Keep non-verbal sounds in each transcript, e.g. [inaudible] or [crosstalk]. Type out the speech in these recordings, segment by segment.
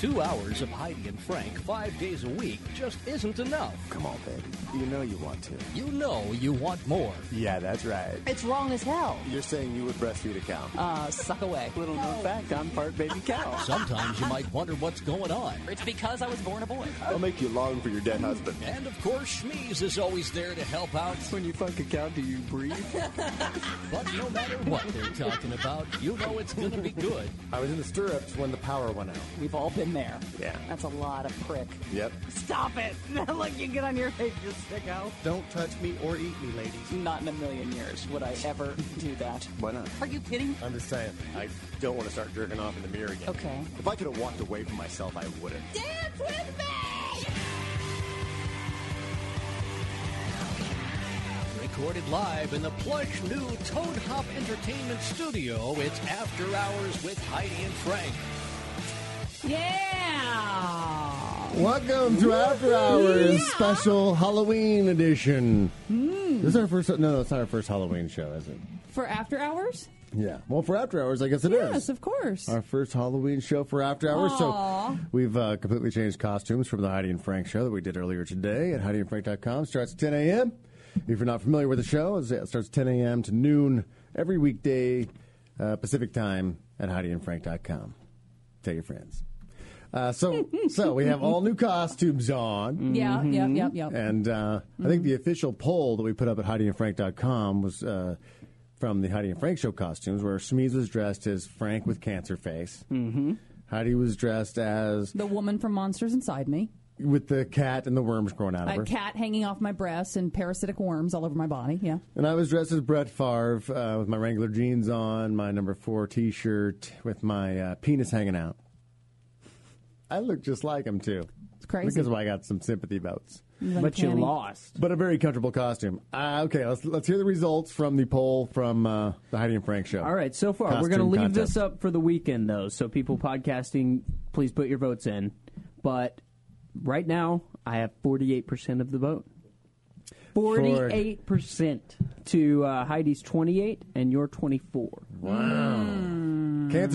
Two hours of Heidi and Frank five days a week just isn't enough. Come on, baby. You know you want to. You know you want more. Yeah, that's right. It's wrong as hell. You're saying you would breastfeed a cow. Uh, suck away. Little known fact, I'm part baby [laughs] cow. Sometimes you might wonder what's going on. It's because I was born a boy. I'll make you long for your dead husband. And of course, Schmeez is always there to help out. When you fuck a cow, do you breathe? But no matter what they're talking about, you know it's going to be good. I was in the stirrups when the power went out. We've all been there. Yeah. That's a lot of prick. Yep. Stop it. [laughs] Look, you get on your face, you sicko. Don't touch me or eat me, ladies. Not in a million years would I ever do that. Why not? Are you kidding? I'm just saying. I don't want to start jerking off in the mirror again. Okay. If I could have walked away from myself, I would have. Dance with me! Recorded live in the plush new Toad Hop Entertainment Studio, it's After Hours with Heidi and Frank. Yeah! Welcome to After Hours Special Halloween Edition. Hmm. This is our first. No, no, it's not our first Halloween show, is it? For after hours? Yeah. Well, for After Hours, I guess it is. Yes, of course. Our first Halloween show for After Hours. Aw. So we've uh, completely changed costumes from the Heidi and Frank show that we did earlier today at HeidiandFrank.com. Starts at 10 a.m. If you're not familiar with the show, it's- it starts 10 a.m. to noon every weekday uh, Pacific time at HeidiandFrank.com. Tell your friends. Uh, so, so we have all new costumes on. Yeah, yep, yep, yep. And uh, I think the official poll that we put up at HeidiandFrank.com was uh, from the Heidi and Frank show costumes, where Smeeze was dressed as Frank with cancer face. Mm-hmm. Heidi was dressed as The woman from Monsters Inside Me. with the cat and the worms growing out of her. A cat hanging off my breasts and parasitic worms all over my body. Yeah. And I was dressed as Brett Favre uh, with my Wrangler jeans on, my number four t shirt, with my uh, penis hanging out. I look just like him, too. It's crazy. Because I got some sympathy votes. But you Uncanny. lost. But a very comfortable costume. Uh, okay, let's let's hear the results from the poll from uh, the Heidi and Frank show. All right, so far we're Costume going to leave contest. this up for the weekend, though. So people podcasting, please put your votes in. But right now, I have forty-eight percent of the vote. Forty-eight percent to uh, Heidi's twenty-eight and your twenty-four. Cancer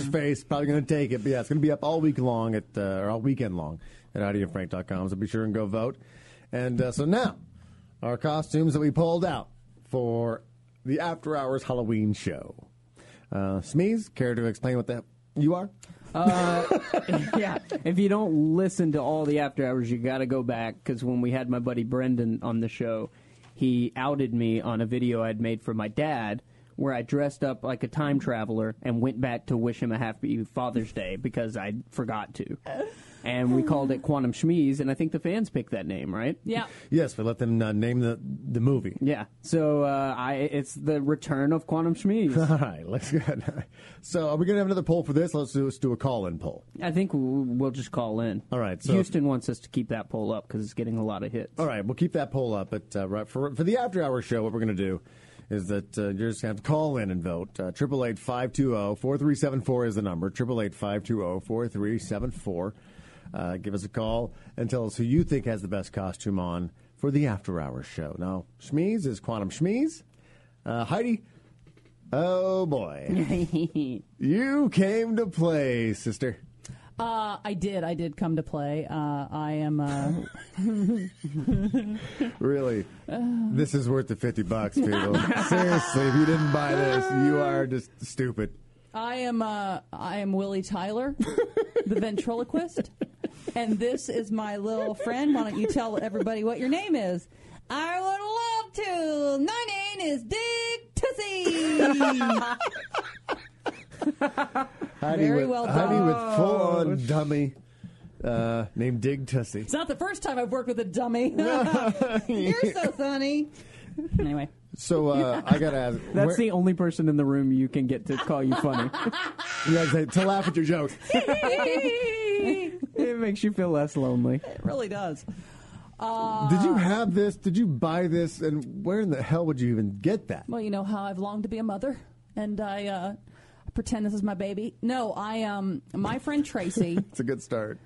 Mm-hmm. Face probably going to take it, but yeah, it's going to be up all week long at uh, or all weekend long at HeidiandFrank.com. So be sure and go vote. And uh, so now, our costumes that we pulled out for the After Hours Halloween show. Uh, Smeeze, care to explain what that you are? yeah. If you don't listen to all the after hours, you got to go back because when we had my buddy Brendan on the show, he outed me on a video I'd made for my dad where I dressed up like a time traveler and went back to wish him a happy Father's Day because I forgot to. And we called it Quantum Schmeeze, and I think the fans picked that name, right? Yeah. Yes, we let them uh, name the the movie. Yeah. So uh, I, it's the return of [laughs] Quantum [laughs] Schmeeze. All right, let's go. So are we going to have another poll for this? Let's do, let's do a call-in poll. I think we'll, we'll just call in. All right, so- Houston wants us to keep that poll up because it's getting a lot of hits. All right, we'll keep that poll up. But uh, right- for for the after hour show, what we're going to do is that uh, you're just going to have to call in and vote. Uh, Triple eight five two zero four three seven four is the number. Triple eight five two zero four three seven four. Uh, Give us a call and tell us who you think has the best costume on for the after hour show. Now, Schmeez is Quantum Schmeez. Uh, Heidi, oh boy, you came to play, sister. Uh, I did. I did come to play. Uh, I am. Uh, [sighs] Really, this is worth the fifty bucks, people. [laughs] Seriously, if you didn't buy this, you are just stupid. I am. Uh, I am Willie Tyler, the ventriloquist, and this is my little friend. Why don't you tell everybody what your name is? I would love to. My name is Dick Tussie. Heidi Very with, well Heidi done. with full on dummy uh, named Dig Tussie. It's not the first time I've worked with a dummy. [laughs] You're so funny. Anyway, So uh, I gotta [laughs] ask. That's where- the only person in the room you can get to call you [laughs] funny. you guys say, to laugh at your [laughs] jokes. it makes you feel less lonely. it really does. Did you have this? Did you buy this? And where in the hell would you even get that? Well, you know how I've longed to be a mother, and I uh, pretend this is my baby. No, I um, my friend Tracy. It's a good start.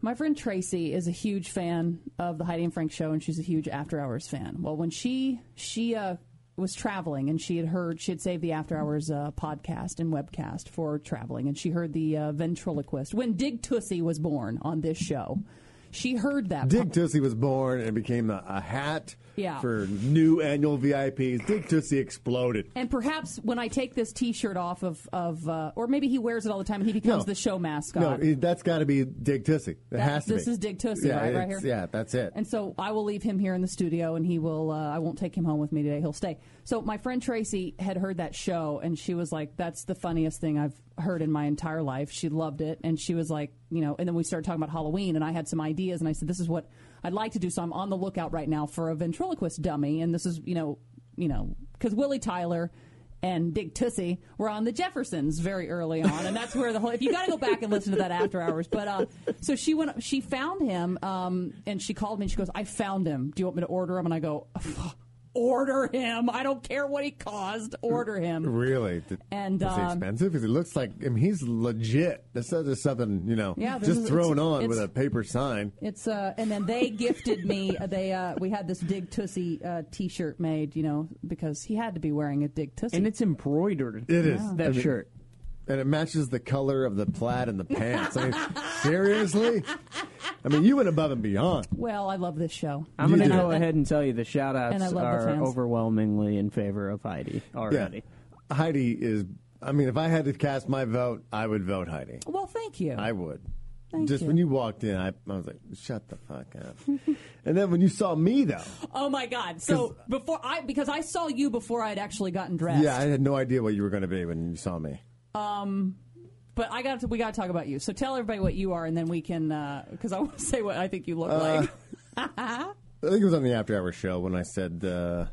My friend Tracy is a huge fan of the Heidi and Frank show, and she's a huge After Hours fan. Well, when she she uh, was traveling, and she had heard she had saved the After Hours uh, podcast and webcast for traveling, and she heard the uh, ventriloquist when Dig Tussie was born on this show. She heard that Dig Tussie was born and became a, a hat Yeah. for new annual VIPs. Dig Tussie exploded. And perhaps when I take this T-shirt off of, of uh, or maybe he wears it all the time, and he becomes No. the show No, mascot. it- that's got to be Dig Tussie. It That- has to this be. is Dig Tussie, yeah, right- right it's- here? Yeah, that's it. And so I will leave him here in the studio, and he will. Uh, I won't take him home with me today. He'll stay. So my friend Tracy had heard that show, and she was like, "That's the funniest thing I've heard in my entire life." She loved it, and she was like, you know. And then we started talking about Halloween, and I had some ideas, and I said, "This is what I'd like to do." So I'm on the lookout right now for a ventriloquist dummy, and this is, you know, you know, because Willie Tyler. And Dig Tussie were on the Jeffersons very early on, and that's where the whole. If you got to go back and listen to that after hours, but uh, so she went, she found him, um, and she called me. and She goes, "I found him. Do you want me to order him?" And I go, "Order him. I don't care what he caused. Order him." Really? Th- And, is he um, expensive? 'Cause it looks like I mean, he's legit. This is just something you know, Yeah, this just is- thrown it's- on it's- with a paper sign. It's uh, and then they gifted me. uh, They uh, we had this Dig Tussie uh, T-shirt made, you know, because he had to be wearing a Dig Tussie. and it's embroidered. It is that I mean, shirt. and it matches the color of the plaid and the pants. I mean, [laughs] seriously, I mean, you went above and beyond. well, I love this show. I'm You going to do. go ahead and tell you the shout And I love outs the are fans. overwhelmingly in favor of Heidi already. Yeah, Heidi is. I mean, if I had to cast my vote, I would vote Heidi. Well, thank you. I would. Thank Just you. when you walked in, I, I was like, "Shut the fuck up." [laughs] and then when you saw me, though, oh my God! So before I because I saw you before I'd actually gotten dressed. yeah, I had no idea what you were going to be when you saw me. But I got to, we got to talk about you. So tell everybody what you are, and then we can because I want to [laughs] say what I think you look Uh. like. [laughs] I think it was on the After Hours show when I said uh,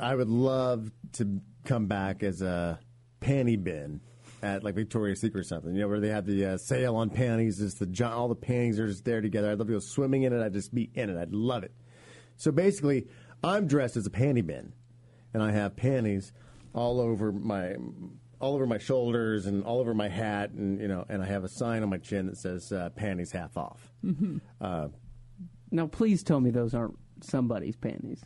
I would love to come back as a panty bin at like Victoria's Secret or something. You know where they have the uh, sale on panties, just the jo- all the panties are just there together. I'd love to go swimming in it. I'd just be in it. I'd love it. So basically, I'm dressed as a panty bin, and I have panties all over my all over my shoulders and all over my hat, and you know, and I have a sign on my chin that says uh, "panties half off." Now, please tell me those aren't somebody's panties.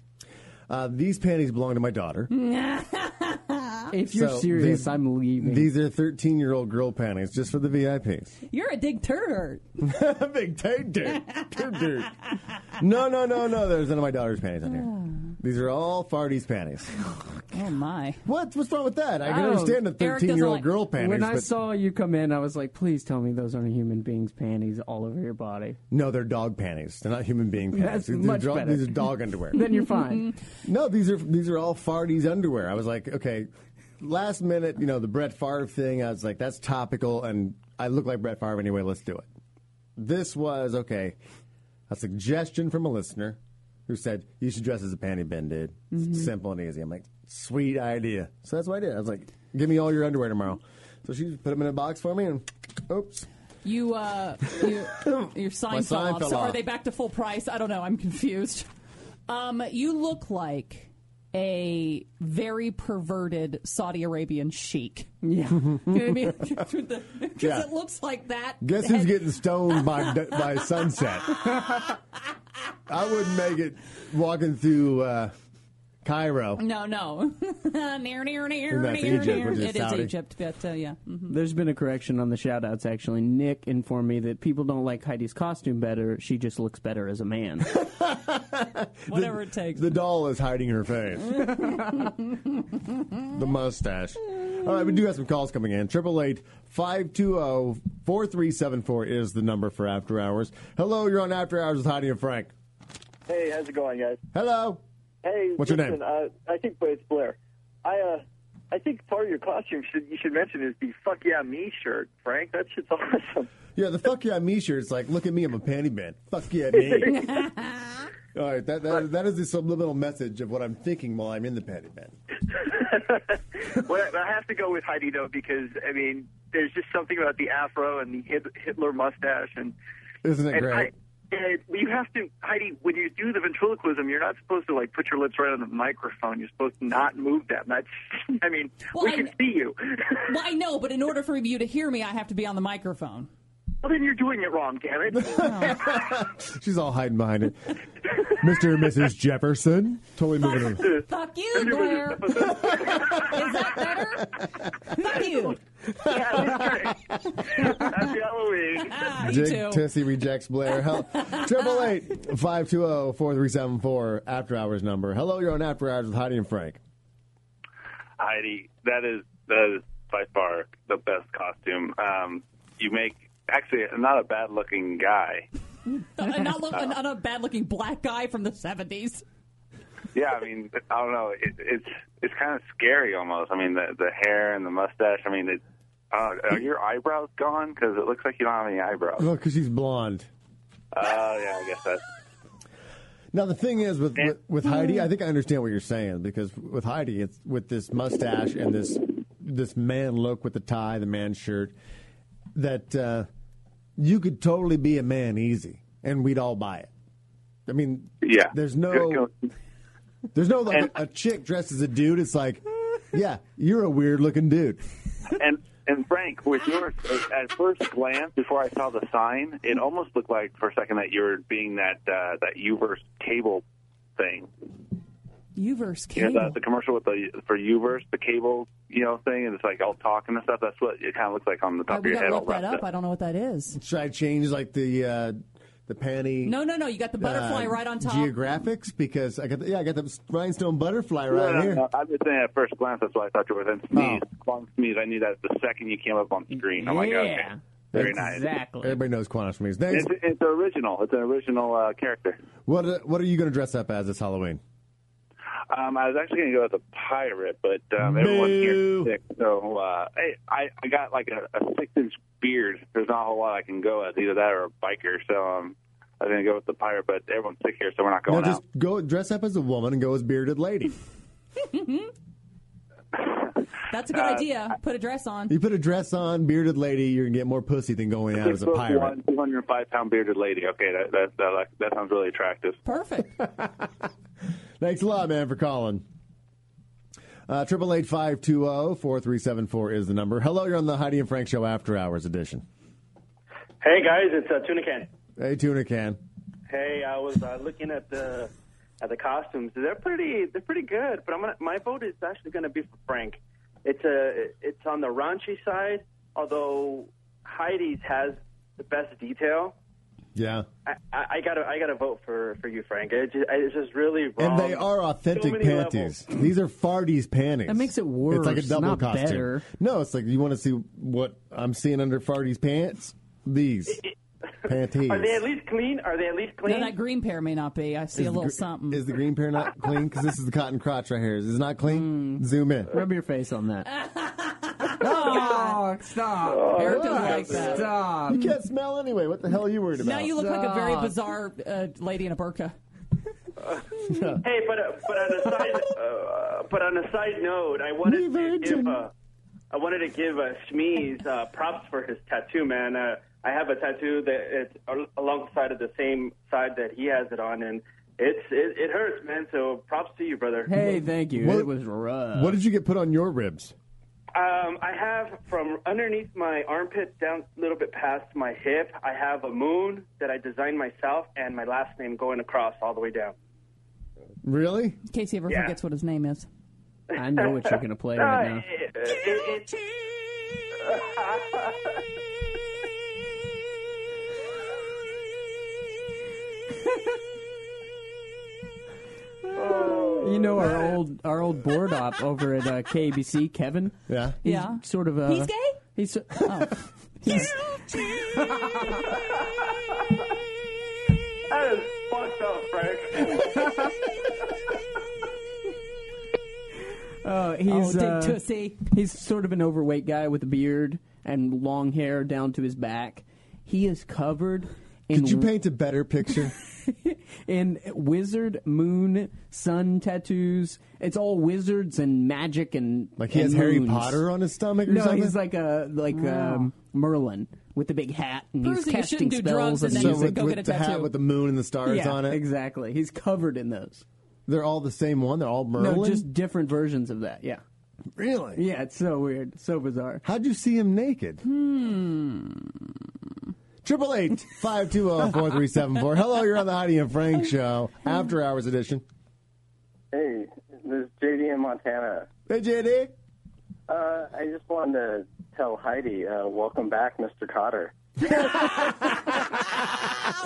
Uh, these panties belong to my daughter. Ah. If you're So serious, these- I'm leaving. These are 13 year old girl panties just for the VIPs. [laughs] You're a dig turd. Big taint dirt. Dirt, dirt. No, no, no, no. There's none of my daughter's panties on here. These are all Farty's panties. Oh my! What? What's wrong with that? I I can don't- understand the Eric doesn't 13 year old like- girl panties. Oh, when I but saw you come in, I was like, please tell me those aren't human beings' panties all over your body. no, they're dog panties. They're not human being panties. That's these, much are dog, better. these are dog underwear. [laughs] Then [laughs] you're fine. No, these are these are all Farty's underwear. I was like, okay, last minute, you know, the Brett Favre thing. I was like, that's topical, and I look like Brett Favre anyway. Let's do it. This was okay. A suggestion from a listener who said you should dress as a panty bin, dude. It's Simple and easy. I'm like, sweet idea. So that's what I did. I was like, give me all your underwear tomorrow. So she put them in a box for me, and oops, You uh, [laughs] you, your sign, My fell sign off. fell so are off. they back to full price? I don't know. I'm confused. Um, you look like a very perverted Saudi [laughs] Arabian sheik. Yeah. You know what I mean? [laughs] Because Yeah. it looks like that. Guess who's getting stoned by by sunset? I wouldn't make it walking through uh, Cairo. No, no. [laughs] near, near, near, That's near, Egypt, near. which is It is Saudi. Egypt, but uh, yeah. Mhm. There's been a correction on the shout outs, actually. Nick informed me that people don't like Heidi's costume better. She just looks better as a man. Whatever it takes. The doll is hiding her face. the mustache. All right, we do have some calls coming in. 888-520-4374 is the number for After Hours. Hello, you're on After Hours with Heidi and Frank. Hey, how's it going, guys? Hello. Hey, What's your listen, name? Uh, I think it's Blair. I uh, I think part of your costume should you should mention is the "fuck yeah me" shirt, Frank. That shit's awesome. [laughs] Yeah, the fuck yeah me shirt's like, look at me, I'm a panty bin. Fuck yeah me. All right, that, that, that is the subliminal message of what I'm thinking while I'm in the panty bin. well, I have to go with Heidi though because I mean, there's just something about the afro and the Hit- Hitler mustache and Isn't it and great? I, and you have to, Heidi, when you do the ventriloquism, you're not supposed to like put your lips right on the microphone. You're supposed to not move them. That's, [laughs] I mean, Well, we I- can see you. [laughs] Well, I know, but in order for you to hear me, I have to be on the microphone. Well, then you're doing it wrong, damn it. [laughs] She's all hiding behind it. Mr. and Mrs. Jefferson. Totally moving on. Fuck you, Blair. Is that better? Fuck you. yeah, that's great. Happy Halloween. Ah, you Dick too. Tennessee rejects Blair. Hell, triple eight five two zero four three seven four after hours number. Hello, you're on after hours with Heidi and Frank. [laughs] Heidi, that is that is by far the best costume. Um, you make actually not a bad looking guy. and Uh, not, look, not a bad-looking black guy from the seventies. Yeah, I mean, [laughs] I don't know. It, it's it's kind of scary almost. I mean, the the hair and the mustache. I mean, it, uh, are your eyebrows gone? Because it looks like you don't have [laughs] any eyebrows. Oh, because she's blonde. Oh yeah, I guess that's Now the thing is with, with with Mm-hmm. Heidi, I think I understand what you're saying because with Heidi, it's with this mustache and this this man look with the tie, the man shirt, that uh, you could totally be a man easy, and we'd all buy it. I mean, yeah. There's no there's no like And- a chick dressed as a dude. It's like, yeah, you're a weird looking dude. and and Frank, with yours, at first glance, before I saw the sign, it almost looked like for a second that you were being that uh, that Uverse cable thing. Uverse You cable. Mm. know, the, the commercial with the for Uverse, the cable, you know, thing, and it's like all talking and stuff. That's what it kind of looks like on the top Uh, of we your gotta head. All look that wrapped up. I up. don't know what that is. Should I change like the uh, the panty? No, no, no. You got the butterfly uh, right on top. Geographics because I got the, yeah I got the rhinestone butterfly No, right no, here. no, I'm just saying at first glance, that's what I thought you were. Then sneeze, long sneeze. I knew that the second you came up on screen. I'm like, okay, Yeah. very nice. Exactly. Everybody knows Quantum means. Thanks. It's, it's original. It's an original uh, character. What uh, what are you going to dress up as this Halloween? Um, I was actually going to go with a pirate, but um, everyone's Boo. here sick, so uh, I, I I got like a, a six-inch beard. There's not a whole lot I can go as either that or a biker. So um, I was going to go with the pirate, but everyone's sick here, so we're not No, going just out. go dress up as a woman and go as bearded [laughs] lady. That's a good idea. Put a dress on. you put a dress on, bearded lady, you're gonna get more pussy than going out as a pirate. [laughs] One, 205 pound bearded lady. Okay, that that, that like, that sounds really attractive. Perfect. Thanks a lot, man, for calling. Uh, Triple eight five two zero four three seven four is the number. Hello, you're on the Heidi and Frank Show After Hours edition. Hey guys, it's uh, Tuna Can. Hey, tuna can. Hey, I was uh, looking at the at the costumes. They're pretty. They're pretty good. But I'm gonna. My vote is actually gonna be for Frank. It's a. It's on the raunchy side, although Heidi's has the best detail. Yeah, I, I, I gotta. I gotta vote for for you, Frank. It just, it's just really and wrong. they are Um, So authentic many panties. These are Farty's panties. That makes it It's like a worse, double not costume. better. No, it's like you want to see what I'm seeing under Farty's pants. These panties. [laughs] Are they at least clean? Are they at least clean? now, that green pair may not be. I see Is a the little gr- something. Is the green pair not clean? Because this is the cotton crotch right here. Is it not clean? Zoom in. Rub your face [laughs] on that. Oh, stop. Eric doesn't like that. Stop. You can't smell anyway. What the hell are you worried about? Now you look like a very Stop. bizarre uh, lady in a burqa. Hey, but uh, but on a [laughs] side uh, but on a side note, I wanted to give uh, I wanted to give uh, Smeeze uh, props for his tattoo, man. Uh, I have a tattoo that it's al- alongside of the same side that he has it on, and it's it, it hurts, man. So props to you, brother. Hey, thank you. What- It was rough. What did you get put on your ribs? Um, I have from underneath my armpit down a little bit past my hip. I have a moon that I designed myself, and my last name going across all the way down. Really? In case he ever Yeah. forgets what his name is. I know what you're gonna play Uh, right now. it- it- [laughs] it- You know our old our old board op over at uh, KBC, Kevin. Yeah. He's Yeah. Sort of a. uh, He's gay? He's. uh, That is fucked up, Frank. Uh, [laughs] Oh, he's. dig uh, Tootsie. He's sort of an overweight guy with a beard and long hair down to his back. He is covered in Did you paint a better picture? in wizard moon sun tattoos. It's all wizards and magic and Like he and has Harry moons. Potter on his stomach or No, something? he's like a like um, Merlin with the big hat and Bruce, you he's casting shouldn't do spells drugs and then and so you music. with, go with get a the hat tattoo. with the moon and the stars yeah, on it. exactly. He's covered in those. They're all the same one. They're all Merlin. No, just different versions of that. Yeah, really. yeah. It's so weird, so bizarre. How'd you see him naked? Hmm. Triple eight five two zero four three seven four. Hello, you're on the Heidi and Frank show, after hours edition. Hey, this is JD in Montana. Hey, JD. Uh, I just wanted to tell Heidi, uh, welcome back, Mr. Cotter. Oh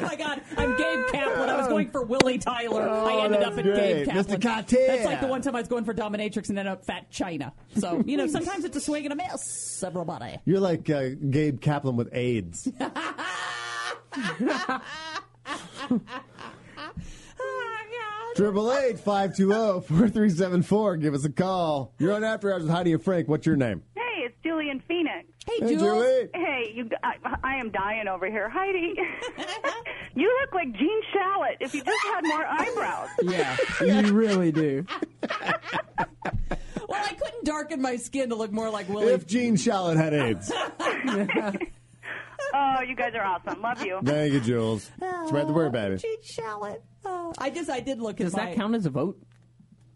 my God, I'm Gabe Kaplan. I was going for Willie Tyler. Oh, I ended that's up at great. Gabe Kaplan. Mr. Cotter. That's like the one time I was going for Dominatrix and ended up Fat China. So you know, sometimes it's a swing and a miss. Everybody. You're like uh, Gabe Kaplan with AIDS. Triple eight five two zero four three seven four. Give us a call. You're on after hours with Heidi and Frank. What's your name? Hey, it's Julie in Phoenix. Hey, Julie. Julie. Hey, you. I, I am dying over here, Heidi. you look like Gene Shalit if you just had more eyebrows. Yeah, you really do. Well, I couldn't darken my skin to look more like Willie. If Gene Shalit had AIDS. oh, you guys are awesome. Love you. Thank you, Jules. Spread the word, baby. Shalit. Oh, I just I did look. Does at that my- count as a vote?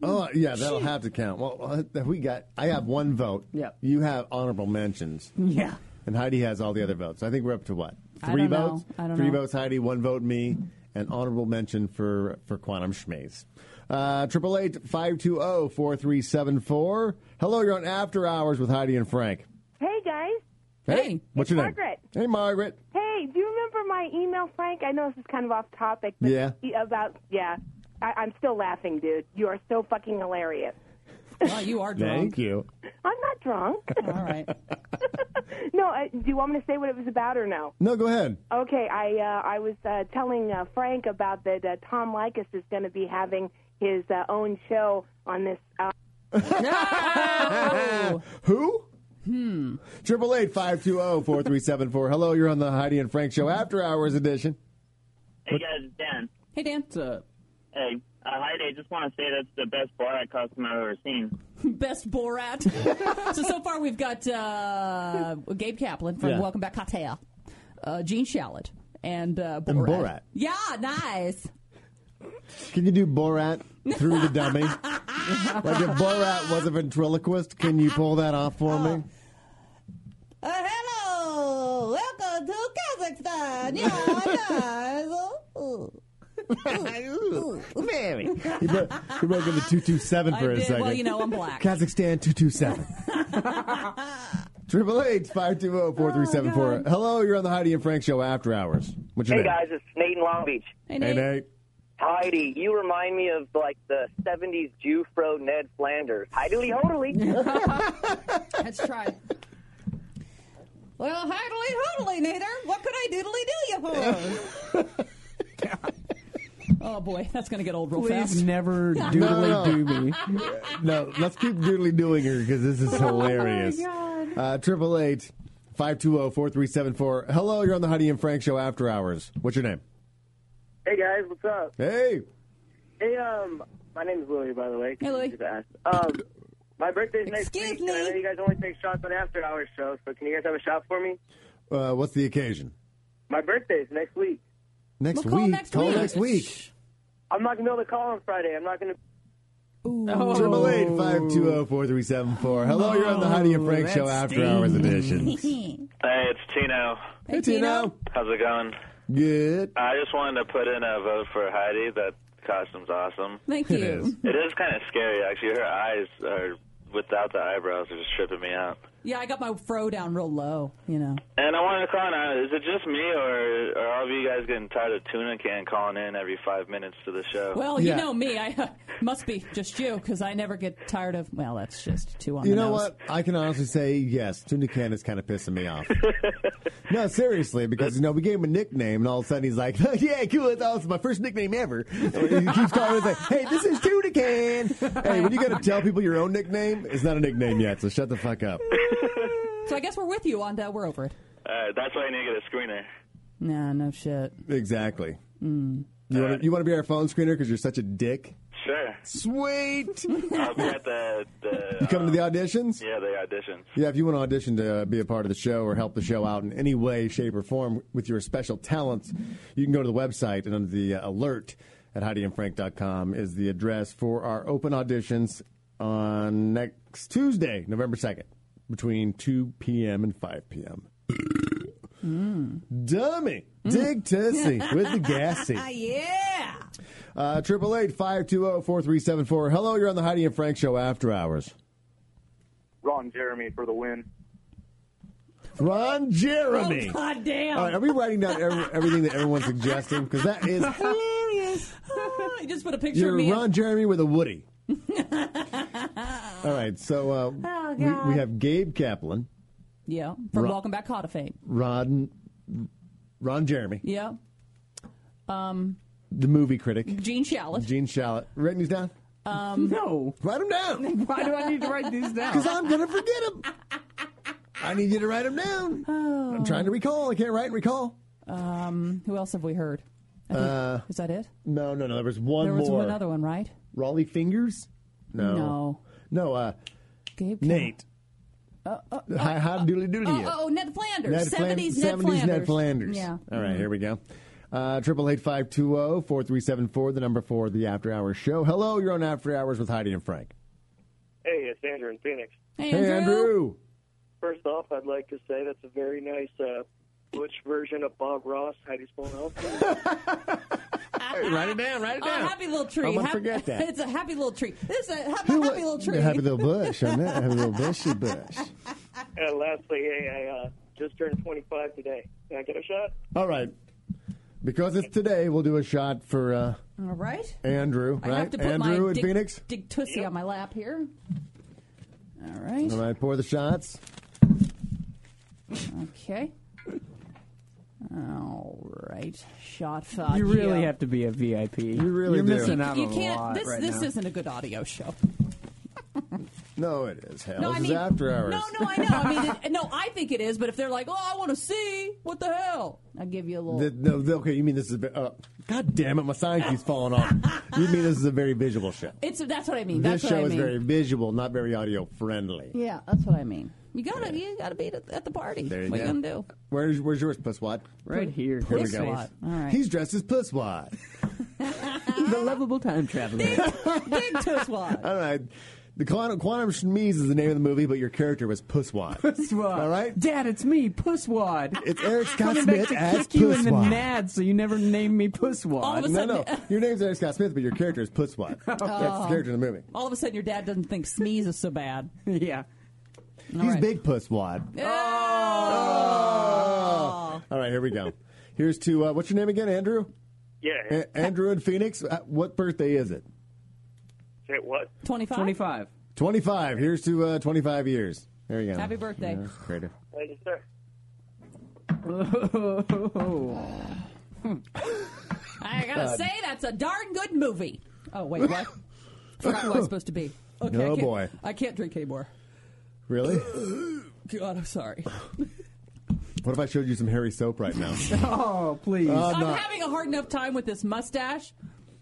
Oh yeah, that'll have to count. Well, uh, we got. I have one vote. Yeah. You have honorable mentions. Yeah. And Heidi has all the other votes. I think we're up to what? I Three don't know. votes. I don't Three know. votes. Heidi. One vote. Me. An honorable mention for for Quantum Schmaze. Triple eight five two zero four three seven four. Hello, you're on After Hours with Heidi and Frank. Hey guys. Hey, what's It's your Margaret. name? Hey, Margaret. Hey, do you remember my email, Frank? I know this is kind of off topic, but Yeah. e- about yeah. I, I'm still laughing, dude. You are so fucking hilarious. Well, you are drunk. Thank you. I'm not drunk. All right. no, uh, do you want me to say what it was about or no? No, go ahead. Okay, I uh, I was uh, telling uh, Frank about that uh, Tom Likas is going to be having his uh, own show on this. Uh, Oh. [laughs] Who? Hmm. Triple eight five two zero four three seven four. Hello, you're on the Heidi and Frank show after hours edition. Hey guys, it's Dan. Hey Dan. Hey, uh, Heidi, I just want to say that's the best Borat costume I've ever seen. Best Borat. so so far we've got uh, Gabe Kaplan from Yeah. Welcome Back Cocktail, uh, Gene Shalit, and uh, Borat. And Borat. Yeah, nice. Can you do Borat through the [laughs] dummy? like if Borat was a ventriloquist, can you pull that off for me? Oh. Uh, hello, welcome to Kazakhstan. Yeah, Mary. He broke, he broke into two two seven I for a did. second. Well, you know, I'm black. Kazakhstan two two [laughs] seven. Triple eight five two Oh, zero four three seven four. Hello, you're on the Heidi and Frank show after hours. What's Hey your name? guys, it's Nate in Long Beach. Hey, Nate. Heidi, you remind me of like the '70s Jew fro Ned Flanders. Heidily hodily. Let's try. Well, hardly, hodly, Nader. What could I doodly do you [laughs] for? oh boy, that's gonna get old real Please fast. never doodly No, no. do me. [laughs] No, let's keep doodly doing her because this [laughs] is Oh, hilarious. Uh, Triple eight five two zero four three seven four. Hello, you're on the Heidi and Frank show after hours. What's your name? Hey guys, what's up? Hey. Hey, um, my name is Louie, by the way. Hey, Louie. Um, my birthday's next Excuse week, and I know you guys only take shots on after hours shows, but can you guys have a shot for me? Uh, what's the occasion? My birthday's next week. Next We'll call week. next call week. next week. I'm not gonna be able to call on Friday. I'm not gonna. Triple eight five two zero four three seven four. Hello, you're on the Heidi and Frank Oh, show that after stings. hours edition. [laughs] Hey, it's Tino. Hey, Tino. How's it going? Good. I just wanted to put in a vote for Heidi. That costume's awesome. [laughs] Thank you. It is kind of scary, actually. Her eyes are without the eyebrows are just tripping me out. Yeah, I got my fro down real low. You know. And I wanted to call in. uh, Is it just me, or are all of you guys getting tired of tuna can calling in every five minutes to the show? Well, you know me. I [laughs] must be just you because I never get tired of. Well, that's just too on. You the know nose. what? I can honestly say yes. Tundacan is kind of pissing me [laughs] off. no, seriously, because you know we gave him a nickname, and all of a sudden he's like, [laughs] "Yeah, cool, it's awesome, my first nickname ever." And he keeps calling us like, "Hey, this is Tundacan." hey, when you got to tell people your own nickname, it's not a nickname yet, so shut the fuck up. So I guess we're with you on that. We're over it. Uh, that's why I need to get a screener. Nah, no shit. Exactly. Mm. You want to you want to be our phone screener because you're such a dick. Sure. Sweet. I'll be at the. the You coming to the auditions? Yeah, the auditions. Yeah, if you want to audition to be a part of the show or help the show out in any way, shape, or form with your special talents, you can go to the website and under the uh, alert at HeidiandFrank.com is the address for our open auditions on next Tuesday, November 2nd, between 2 p.m. and 5 p.m. Dummy. Dig Tennessee with the gassy. Ah, yeah. Triple eight five two zero four three seven four. Hello, you're on the Heidi and Frank show after hours. Ron Jeremy for the win. Ron Jeremy. Oh, goddamn. All right, are we writing down every, everything that everyone's suggesting? Because that is [laughs] hilarious. [laughs] you just put a picture you're of me. Ron Jeremy with a [laughs] Woody. All right, so uh, Oh, we, God. we have Gabe Kaplan, yeah, from Ron- Welcome Back Hall to Fame. Ron, Ron Jeremy, Yeah. Um, the movie critic, Gene Shalit. Gene Shalit. Writing these down? Um, no. Write them [laughs] down. Why do I need to write these down? Because I'm gonna forget them. I need you to write them down. Oh. I'm trying to recall. I can't write and recall. Um, who else have we heard? I think- Uh, is that it? No, no, no. There was one there was more. another one, right? Raleigh Fingers? No. No. No, uh, Gabe Nate. Hi, hi, doodly doodly Oh, you. oh, Ned Flanders. Ned 70s, Flan- Ned 70s Flanders. Ned Flanders. Yeah. All right, here we go. Uh, Triple eight five two zero four three seven four. The number for the After Hours show. Hello, you're on After Hours with Heidi and Frank. Hey, it's Andrew in Phoenix. Hey, Andrew. First off, I'd like to say that's a very nice uh, butch version of Bob Ross, Heidi's Full House. [laughs] write it down. Write Oh, happy little tree. I'm gonna Hap- forget that. [laughs] It's a happy little tree. This is a happy, Who- happy little tree. Happy little bush on that. Happy little bushy bush. and lastly, hey, I uh, just turned 25 today. Can I get a shot? All right. Because it's today, we'll do a shot for uh, All right. Andrew, I right? have to put Andrew my in dig, Phoenix. dig tussy on my lap here. All right. All right, pour the shots. Okay. All right. Shot fuck. you really yeah. have to be a VIP. You really You're do. missing You- out You on can't. a lot this right this now. isn't a good audio show. No, it is. Hell, No, Oh, this I is mean- after hours. No, no, I know. I mean, it, no, I think it is. But if they're like, "Oh, I want to see," what the hell? I give you a little. The- no, the- okay, you mean this is. a bit- Uh, God damn it, my sign keeps falling off. You mean this is a very visual show? it's that's what I mean. this [laughs] that's show what I is mean. very visual, not very audio friendly. Yeah, that's what I mean. You gotta you gotta be at at the party. There you what go. you [laughs] gonna do? Where's Where's yours, Pusswat? Right here. Here we go. Pusswat. All right. He's dressed as Pusswat. the lovable time traveler. Big Pusswat. All right. The Quantum, Quantum Schmies is the name of the movie, but your character was Pusswat. Pusswad. All right. Dad, it's me, Pusswad. It's [laughs] Eric Scott Coming Smith back to as kick you in the Pusswad. nads so you never name me Pusswad. no, no. Your name's Eric Scott Smith, but your character is Pusswat. That's Oh. the character in the movie. All of a sudden, your dad doesn't think sneeze is so bad. [laughs] yeah. He's Big Pusswat. Oh. Oh. All right, here we go. Here's to uh, what's your name again, Andrew? Eh. Yeah. A- Andrew in Phoenix. Uh, what birthday is it? Say what? 25? 25. 25. Here's to uh, 25 years. There you go. Happy birthday. Yeah, creative. Thank you, sir. I gotta God. say, that's a darn good movie. Oh wait, what? [laughs] Forgot who I was supposed to be. Okay, I Oh, can't- boy. I can't drink anymore. Really? God, I'm sorry. What if I showed you some hairy soap right [laughs] now? Oh, please. Uh, I'm no. having a hard enough time with this mustache.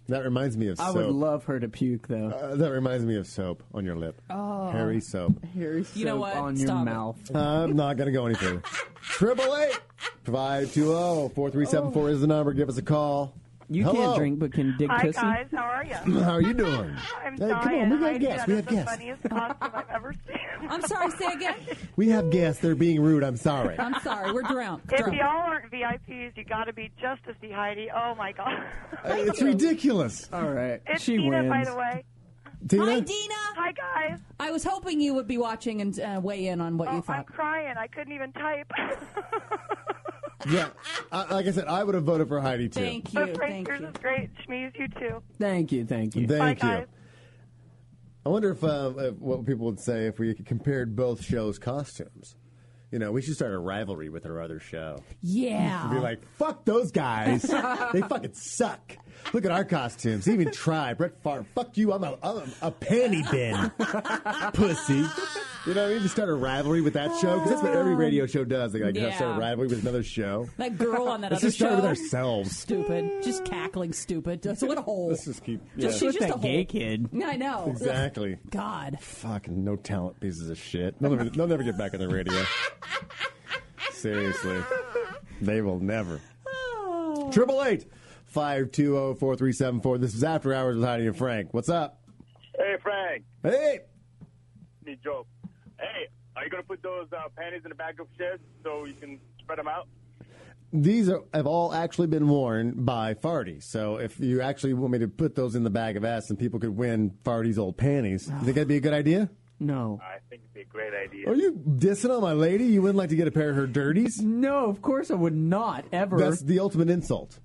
That reminds me of I soap. would love her to puke, though. Uh, that reminds me of soap on your lip. Oh. Hairy soap. Hairy You know soap what? on your Stop it. mouth. I'm not going to go any further. Triple eight five two zero four three seven four is the number. Give us a call. You Hello. can't drink, but can dig Hi pussy. guys, how are you? How are you doing? [laughs] I'm Hey, dying. come on, we got I guests, said we it's have guests. The funniest costume I've ever [laughs] seen. I'm sorry. Say again. We have guests. They're being rude. I'm sorry. I'm sorry. We're drunk. If drunk. y'all aren't VIPs, you got to be just as the Heidi. Oh my God. [laughs] Uh, It's ridiculous. All right. It's Tina, by the way. Tina? Hi, Dina. Hi, guys. I was hoping you would be watching and uh, weigh in on what you Oh, I'm thought. crying. I couldn't even type. [laughs] Yeah. I, like I said, I would have voted for Heidi too. but Frank, yours is great. Schmeez, you too. Thank you. Thank you. Bye, Thank you. guys. I wonder if, uh, if what people would say if we compared both shows' costumes. You know, we should start a rivalry with our other show. Yeah. Be like, fuck those [laughs] guys. they fucking suck. Look at our costumes. They even try. Brett Favre, fuck you. I'm a, I'm a, a panty [laughs] bin. Pussy. You know what I mean? Just start a rivalry with that show. Because that's what every radio show does. They like, Yeah. start a rivalry with another show. That girl on that Let's other just start show. with ourselves. Stupid. Just cackling stupid. That's what a hole. Let's just keep. Just- [laughs] she's just a whole- I know. Exactly. God. Fucking no talent pieces of shit. They'll never, they'll never get back on the radio. Seriously. They will never. Triple eight five two zero four three seven four. This is After Hours with Heidi and Frank. What's up? Hey, Frank. Hey. Need joke. Hey, are you gonna put those uh, panties in the back of chairs so you can spread them out? These are, have all actually been worn by Farty. So if you actually want me to put those in the bag of ass and people could win Farty's old panties, you think that'd be a good idea? No. I think it'd be a great idea. Oh, Are you dissing on my lady? You wouldn't like to get a pair of her dirties? Mm-hmm. No, of course I would not ever. [laughs] That's the ultimate insult.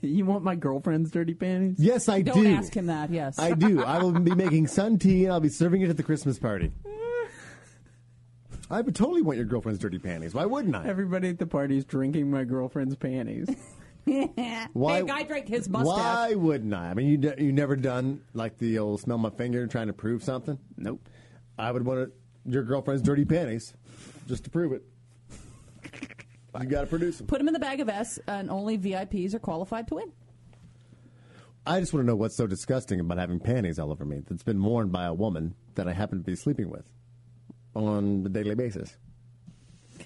you want my girlfriend's dirty panties? Yes, I Don't do. ask him that. Yes, I do. I will be making sun tea and I'll be serving it at the Christmas [laughs] party. I would totally want your girlfriend's dirty panties. Why wouldn't I? Everybody at the party's drinking my girlfriend's panties. Why- Why? Hey, guy drank his mustache. Why wouldn't I? I mean, you d- you never done like the old smell my finger trying to prove something. [laughs] Nope. I would want to, your girlfriend's dirty panties just to prove it. you got to produce them. Put him in the bag of S, and only VIPs are qualified to win. I just want to know what's so disgusting about having panties all over me that's been worn by a woman that I happen to be sleeping with on a daily basis.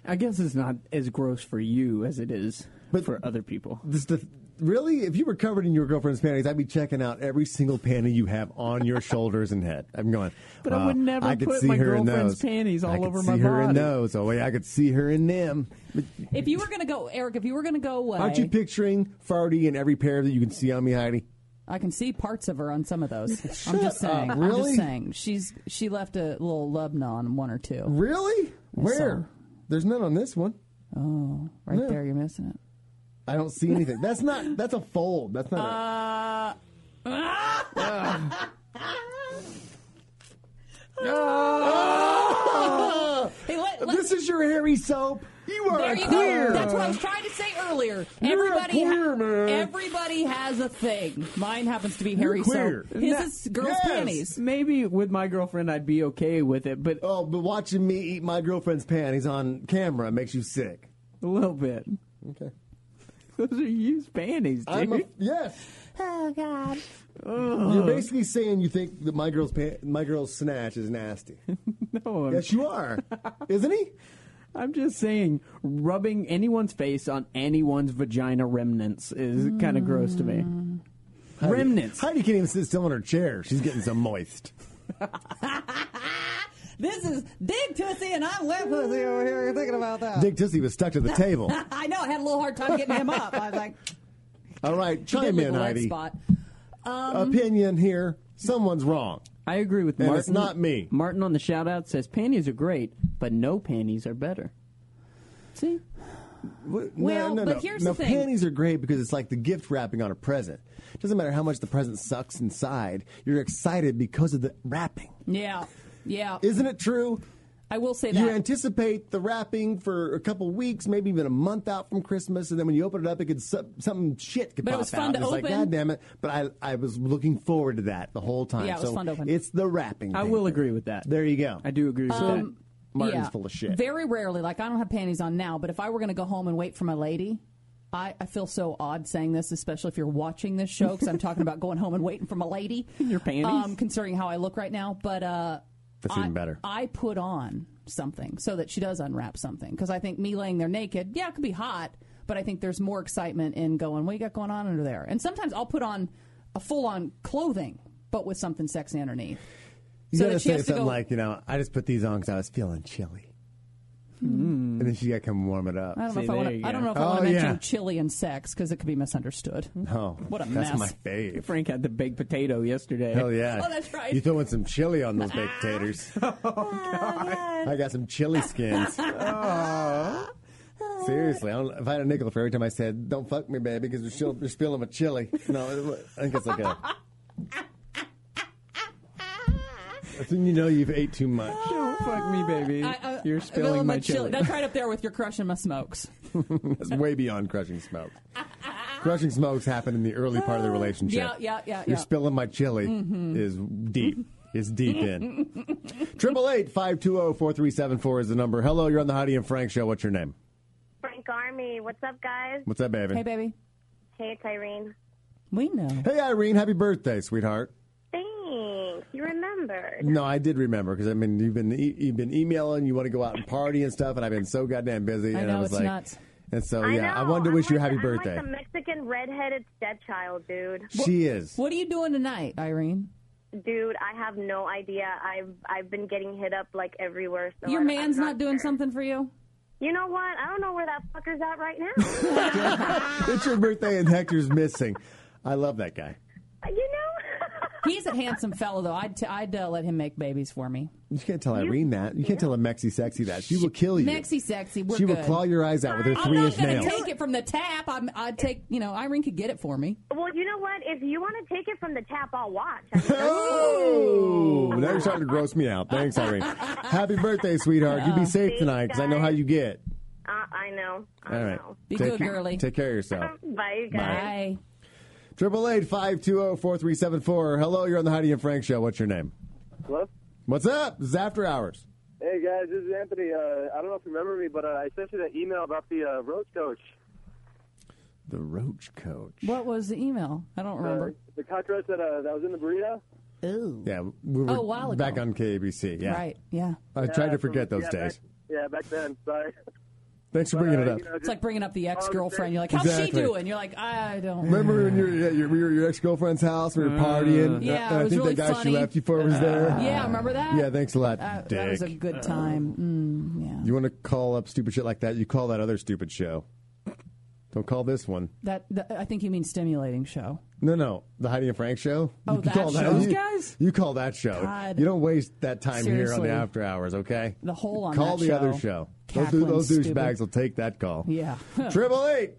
I guess it's not as gross for you as it is for other people. This the really, if you were covered in your girlfriend's panties, I'd be checking out every single panty you have on your shoulders and head. I'm going. But I "Wow, would never I could put see my her in girlfriend's those. panties I all could over see my her in body." those. Oh wait, I could see her in them. But If you were going to go, Eric, if you were going to go away, aren't you picturing farty in every pair that you can see on me, Heidi? I can see parts of her on some [laughs] of those. I'm Shut just saying. up, I'm really? just saying. She's she left a little lubna on one or two. Really? Where? There's none on this one. Oh, right No. there, you're missing it. I don't see anything. That's not. That's a fold. That's not. a, Uh, [laughs] Hey, let- let- this is your hairy soap. You are there a you queer. go. That's what I was trying to say earlier. You're a everybody, ha- queer, man. everybody has a thing. Mine happens to be You're Harry queer. soap. His Nah, is girls' yes. panties. Maybe with my girlfriend I'd be okay with it, but oh, but watching me eat my girlfriend's panties on camera makes you sick. A little bit. [laughs] Okay. Those are used panties, dude. I'm a- yes. oh God. You're basically saying you think that my girl's pa- my girl's snatch is nasty. [laughs] no. I'm- yes, you [laughs] are. Isn't he? I'm just saying, rubbing anyone's face on anyone's vagina remnants is kind of gross to me. Remnants. Heidi can't even sit still in her chair. She's getting so moist. This is dig tussy, and I'm wet pussy over here. You're thinking about that. Dick Tissy was stuck to the [laughs] table. I know. I had a little hard time getting him up. I was like, All right, he did chime leave in, a red Heidi. Spot. Um, Opinion here. Someone's wrong. I agree with And Martin. it's not me. Martin on the shout out says panties are great, but no panties are better. See? Well, Well, but here's no, the thing. panties are great because it's like the gift wrapping on a present. Doesn't matter how much the present sucks inside. You're excited because of the wrapping. yeah, yeah. Isn't it true? I will say that. You anticipate the wrapping for a couple weeks, maybe even a month out from Christmas, and then when you open it up, it could su- something shit could But it pop was out. fun to it's like, open. God damn it! But I, I was looking forward to that the whole time. Yeah, it was so fun to open. It's the wrapping. I thing. will agree with that. There you go. I do agree with Um, that. Martin's Yeah. full of shit. Very rarely, like I don't have panties on now, but if I were going to go home and wait for my lady, I, I feel so odd saying this, especially if you're watching this show, because I'm talking about going home and waiting for my lady. Your panties? um, considering how I look right now. But uh, That's I, even better. I put on something so that she does unwrap something, because I think me laying there naked, yeah, it could be hot, but I think there's more excitement in going, what you got going on under there? And sometimes I'll put on a full on clothing, but with something sexy underneath. You so gotta that she say has to something go- like, you know, I just put these on because I was feeling chilly. And then she got to come warm it up. Hmm. I don't know if I want to. I don't know if I oh, want to yeah. mention chili and sex because it could be misunderstood. Oh, what a that's mess! my fave. that. Frank had the baked potato yesterday. Hell yeah. Oh, that's right. Ah. Oh, You throw in some chili on those baked [laughs] taters. I got some chili skins. Ah. Seriously, I don't, if I had a nickel for every time I said, don't fuck me, baby, because you're, still, you're spilling my chili. No, it- I think it's like a. That's when you know you've ate too much. Don't Oh, fuck me, baby. I- uh, I- You're I- spilling my chili. That's right up there with your crushing my smokes. That's way beyond crushing smokes. crushing smokes happened in the early part of the relationship. Oh, Yeah, yeah, yeah, You're yeah. spilling my chili Mm-hmm. is deep. Is deep in. [laughs] Triple eight five two zero four three seven four is the number. Hello, you're on the Heidi and Frank show. What's your name? Frank Army. What's up, guys? What's up, baby? Hey, baby. Hey, it's Irene. We know. Hey, Irene. Happy birthday, sweetheart. Thanks. You remembered. No, I did remember because I mean you've been e- you've been emailing. You want to go out and party and stuff, and I've been so goddamn busy. I and I know, was it's like, nuts. and so I Oh, yeah, I, know. wanted to I'm wish you a like happy the- birthday. I'm like the Mexican redheaded stepchild, dude. she is. What are you doing tonight, Irene? Dude, I have no idea. I've I've been getting hit up like everywhere. So Your I- man's I'm not doing something for you. You know what? I don't know where that fucker's at [laughs] right now. it's your birthday and Hector's missing. I love that guy. you know, [laughs] He's a handsome fellow, though. I'd, t- I'd uh, let him make babies for me. You can't tell Irene that. You can't tell a Mexi sexy that. She will kill you. Mexi sexy. We're she will good. claw your eyes out with her I'm three not inch going nails. to take it from the tap. I'm, I'd take, you know, Irene could get it for me. well, you know what? If you want to take it from the tap, I'll watch. [laughs] I mean, Oh, now you're starting to gross me out. Thanks, Irene. Happy birthday, sweetheart. You be safe tonight because I know how you get. uh, I know. All right. Be good, girly. Take care of yourself. Bye, you guys. Bye. Triple eight five two zero four three seven four. Hello, you're on the Heidi and Frank show. What's your name? Hello? What's up? This is After Hours. Hey guys, this is Anthony. Uh, I don't know if you remember me, but uh, I sent you that email about the uh, road coach, The Roach Coach. What was the email? I don't remember. the cockroach that uh, that was in the burrito. Ooh. Yeah, we were Oh, a while ago. back on KBC. Yeah, Right, yeah. I tried to forget those days. yeah, back then. Sorry. Uh, Thanks for uh, bringing it up. It's like bringing up the ex girlfriend. You're like, how's she Exactly. doing? You're like, I don't Remember when you were at your, we were at your ex girlfriend's house? We were partying. Yeah, and it I was think really that guy funny. Uh, she left you for was there. Yeah, remember that? Yeah, thanks a lot. Uh, that was a dick. good time. Mm, yeah. You want to call up stupid shit like that? You call that other stupid show. Don't call this one. That, that I think you mean stimulating show. No, no, the Heidi and Frank show. Oh, you that call show? Those you, guys? You call that show. God. You don't waste that time here on Seriously. the after hours, okay? The hole on call that the show. other show. Those, Cackling those stupid. douchebags will take that call. Yeah. [laughs] Triple eight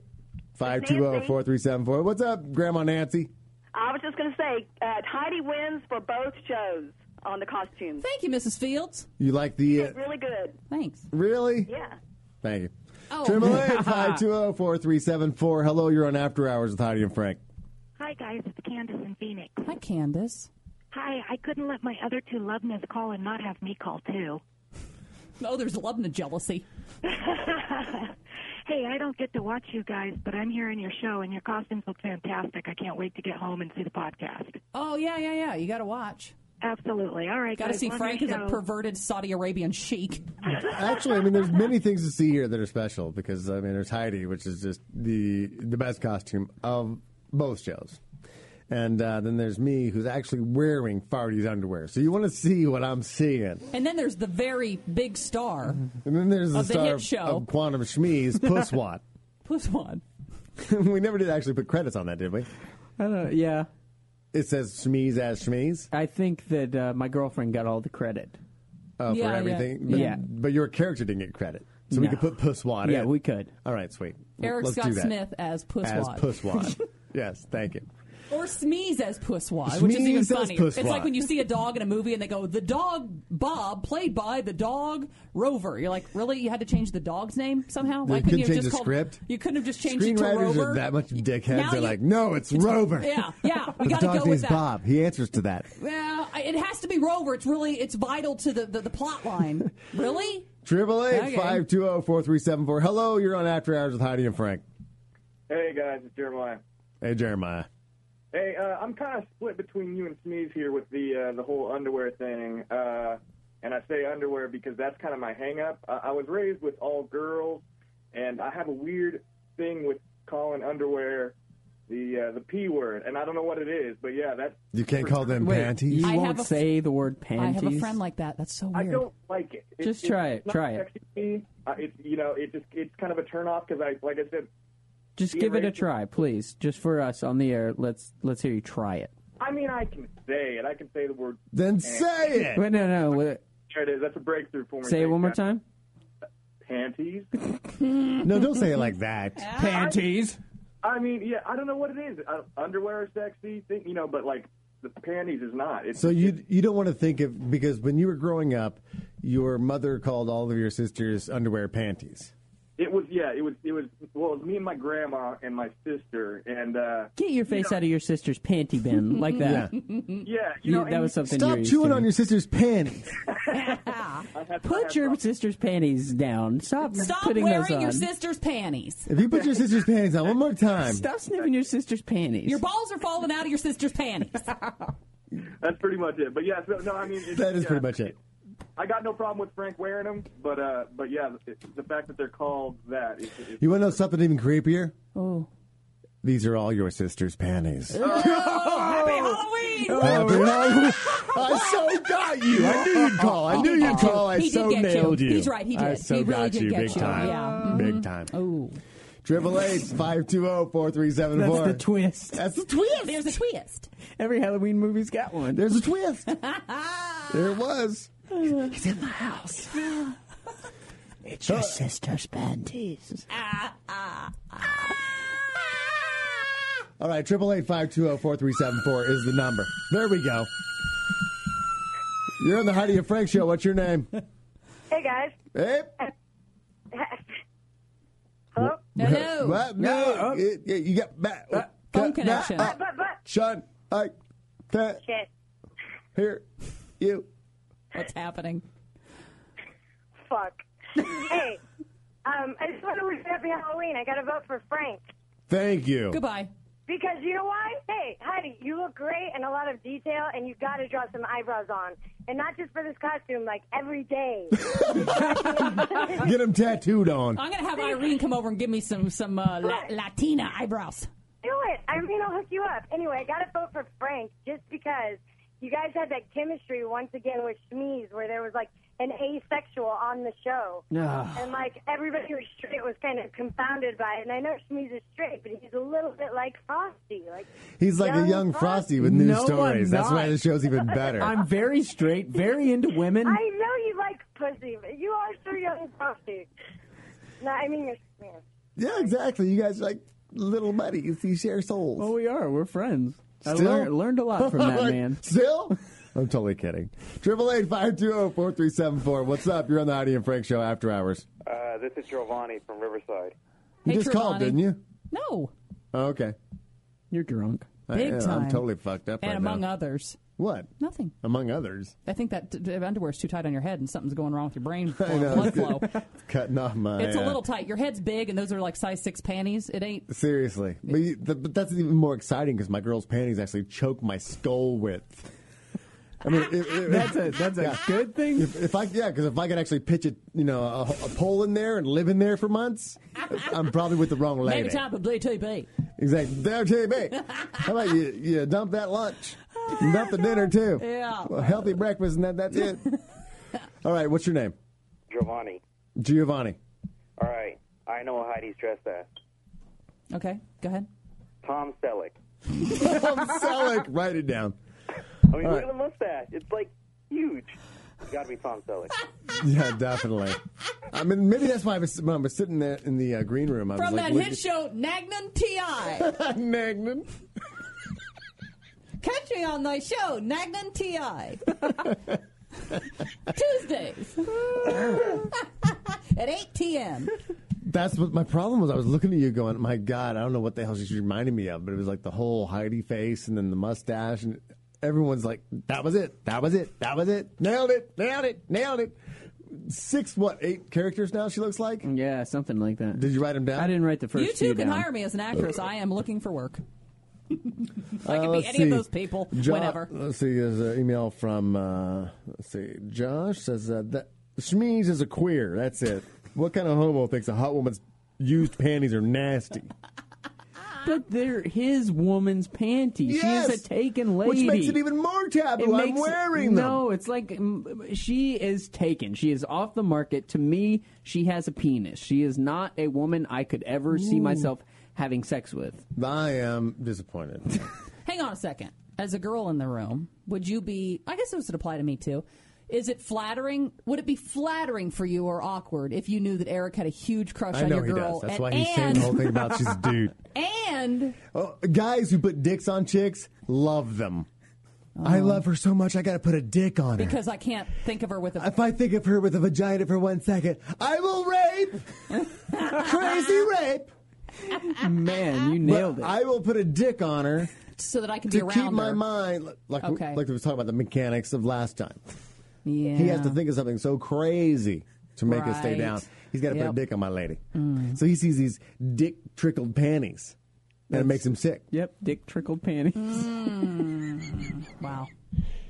five two zero four three seven four. What's up, Grandma Nancy? I was just going to say, uh, Heidi wins for both shows on the costumes. Thank you, Mrs. Fields. You like the uh, Really good. Thanks. really? Yeah. Thank you. Oh. Triple [laughs] eight five two zero four three seven four. Hello, you're on After Hours with Heidi and Frank. Hi, guys. It's Candace in Phoenix. Hi, Candace. Hi. I couldn't let my other two Lubnas call and not have me call, too. Oh, there's Lubna jealousy. Hey, I don't get to watch you guys, but I'm here in your show, and your costumes look fantastic. I can't wait to get home and see the podcast. Oh yeah, yeah, yeah. You got to watch. Absolutely. All right. Got to guys, see love Frank your as a show. perverted Saudi Arabian sheik. Actually, I mean, there's many things to see here that are special because I mean, there's Heidi, which is just the the best costume of both shows, and uh, then there's me, who's actually wearing Farty's underwear. So you want to see what I'm seeing, And then there's the very big star, and then there's the Of the star hit of- show. of Quantum Schmee's Pusswat. Pusswad. [laughs] we never did actually put credits on that, did we? I don't, Uh, yeah. It says Schmee's as Schmee's. I think that uh, my girlfriend got all the credit. Oh, for everything. But, Yeah. but your character didn't get credit, so we No. could put Pusswat. Yeah, in. we could. All right, sweet. Eric Let's Scott do that. Smith as As Pusswad. [laughs] Pusswad. yes, thank you. or Smeeze as Pusswad, which is even Smeeze as funnier. It's Pusswad. like when you see a dog in a movie and they go, "The dog Bob, played by the dog Rover." You're like, really? You had to change the dog's name somehow? They Why couldn't you have change just the called- script? You couldn't have just changed it to Screenwriters Rover. are that much dickheads. Now They're you- like, no, it's, Rover. [laughs] Yeah, yeah. We the got to dog's go name with is that. Bob. He answers to that. Well, I- it has to be Rover. It's really it's vital to the the, the [laughs] plot line. really? Triple Okay. eight five two zero four three seven four. Hello, you're on After Hours with Heidi and Frank. Hey guys, it's Jeremiah. Hey, Jeremiah. Hey, uh, I'm kind of split between you and Sneeze here with the uh, the whole underwear thing. Uh, and I say underwear because that's kind of my hang up. I-, I was raised with all girls, and I have a weird thing with calling underwear the uh, the p word, and I don't know what it is, but yeah, that's You can't call them Wait, panties. You I won't have a- say the word I panties. have a friend like that. That's so I weird. don't like it. it Just try it, It's not try it. sexy to me. Uh, it's you know, it just it's kind of a turn off because I like I said. Just be give it a racist. try, please. Just for us on the air. Let's let's hear you try it. I mean, I can say it. I can say the word. Then Wait, no, no. Wait, There it is. That's a breakthrough for me. say it one more time. Panties. No, don't say it like that. Panties. I mean, yeah, I don't know what it is. Uh, underwear is sexy, thing, you know, but like the panties is not. It's, So you you don't want to think of because when you were growing up, your mother called all of your sisters underwear panties. it was yeah, it was it was well, it was me and my grandma and my sister and uh Get your face out of your sister's panty bin [laughs] like that. yeah, you You- know, that was something. Stop you're used chewing to. on your sister's panties. Put your sister's panties down. Stop, Ah. Stop putting those wearing on. your sister's panties. If you put your sister's panties on one more time, Stop sniffing your sister's panties. Your balls are falling out of your [laughs] sister's panties. that's pretty much it. But yeah, so, no, I mean, it's, that is yeah, pretty much it. I got no problem with Frank wearing them, but uh, but yeah, the, the fact that they're called that is, is You want to know something even creepier? Oh. These are all your sister's panties. Oh, happy Halloween! mean, Oh, what? no. I so got you. I knew you'd call. I knew you'd call. I He did so get you. nailed you. He's right, he I did. so He really got did you get big you. time. Yeah. Big time. Oh. Triple eight five two zero four three seven That's four. the twist. That's the twist. There's a twist. Every Halloween movie's got one. There's a twist. [laughs] there it was. He's in the house. It's your sister's panties. All right, triple eight five two zero four three seven four is the number. There we go. You're on the Heidi and Frank show. What's your name? Hey guys. [laughs] Hey. Hello. Hello. [laughs] What? No. It- it- you got back. phone Cut- connection. back up. But- but- Shut. I. That. Shit. Here. You. What's happening? Fuck. hey. [laughs] Um, I just want to wish you happy Halloween. I got to vote for Frank Thank you. Goodbye. because you know why? Hey, Heidi, you look great in a lot of detail, and you got to draw some eyebrows on, and not just for this costume. Like every day. Get him tattooed on. I'm gonna have Irene come over and give me some some uh, la- Latina eyebrows. Do it. I mean, I'll hook you up. Anyway, I got to vote for Frank just because you guys had that chemistry once again with Schmeez where there was like an asexual on the show. Ah. And like everybody who was straight was kind of confounded by it. And I know Schmeez is straight, but he's a little bit like Frosty. Like He's like a young Frosty with new No, I'm stories. That's why not. the show's even better. [laughs] I'm very straight, very into women. I know you like pussy, but you are so young Frosty. No, I mean, you're, yeah. yeah, exactly. You guys are like little buddies. You share souls. Well, we are. We're friends. I Still? learned, learned a lot [laughs] from that man. Still? I'm totally kidding. Triple eight five two zero four three seven four. What's up? You're on the Heidi and Frank show after hours. Uh, this is Giovanni from Riverside. You just called, didn't you? No. Oh, okay. You're drunk. Big time. I'm totally fucked up And right among now. others, What? nothing. Among others. I think that d- d- underwear's too tight on your head, and something's going wrong with your brain [laughs] I flow, know, blood it's good. flow. It's cutting off my. It's a uh, little tight. Your head's big, and those are like size six panties. It ain't. Seriously, but, you, th- but that's even more exciting because my girl's panties actually choke my skull width. I mean, it, it- That's a- that's a good thing. If, if I yeah, because if I could actually pitch it, you know, a, a pole in there and live in there for months, I'm probably with the wrong lady. Maybe time for Blue TB. Exactly. There, TB. How about you? You dump that lunch, dump the dinner too. Oh, Yeah. Well, healthy breakfast and that, that's it. [laughs] All right. What's your name? Giovanni. Giovanni. [laughs] All right. I know what Heidi's dressed as. Okay, go ahead. Tom Selleck. Tom Selleck. Write it down. I mean, All look right. at the mustache. It's like huge. It's got to be Tom Selleck. Yeah, definitely. I mean, maybe that's why I was, when I was sitting there in the uh, green room. I From was that like, hit show, Nagnum T.I. Nagnum. Catch me on my show, [laughs] Nagnum T.I. Tuesdays at 8 p.m. That's what my problem was. I was looking at you, going, "My God, I don't know what the hell she's reminding me of." But it was like the whole Heidi face, and then the mustache, and everyone's like, "That was it. That was it. That was it. Nailed it. Nailed it. Nailed it." Six, what, eight characters now? She looks like. [laughs] Yeah, something like that. Did you write them down? I didn't write the first. You two few can down. hire me as an actress. I am looking [laughs] for work. I could be any of those people, whenever. Let's see, there's an email from, uh, let's see, Josh says, uh, that Schmeez is a queer. That's it. what kind of homo thinks a hot woman's used panties are nasty? But they're his woman's panties. She Yes! is a taken lady. Which makes it even more taboo. I'm makes- wearing them. No, it's like mm, she is taken. She is off the market. To me, she has a penis. She is not a woman I could ever see Ooh. myself having sex with. I am disappointed. Hang on a second. As a girl in the room, would you be? I guess this would apply to me too. Is it flattering? Would it be flattering for you or awkward if you knew that Eric had a huge crush I on know your he girl? does. That's and, why he's saying the whole thing about she's a dude. and Oh, guys who put dicks on chicks love them. I love her so much, I got to put a dick on her. because I can't think of her with a if I think of her with a vagina for one second, I will rape. Crazy rape. Man, you nailed But I will put a dick on her so that I can to be around keep my her. mind like Okay. like we was talking about the mechanics of last time. Yeah. He has to think of something so crazy to make us stay Right. down. He's got to put a Yep. dick on my lady. Mm. So he sees these dick trickled panties, and it That's- makes him sick. Yep, dick trickled panties. wow.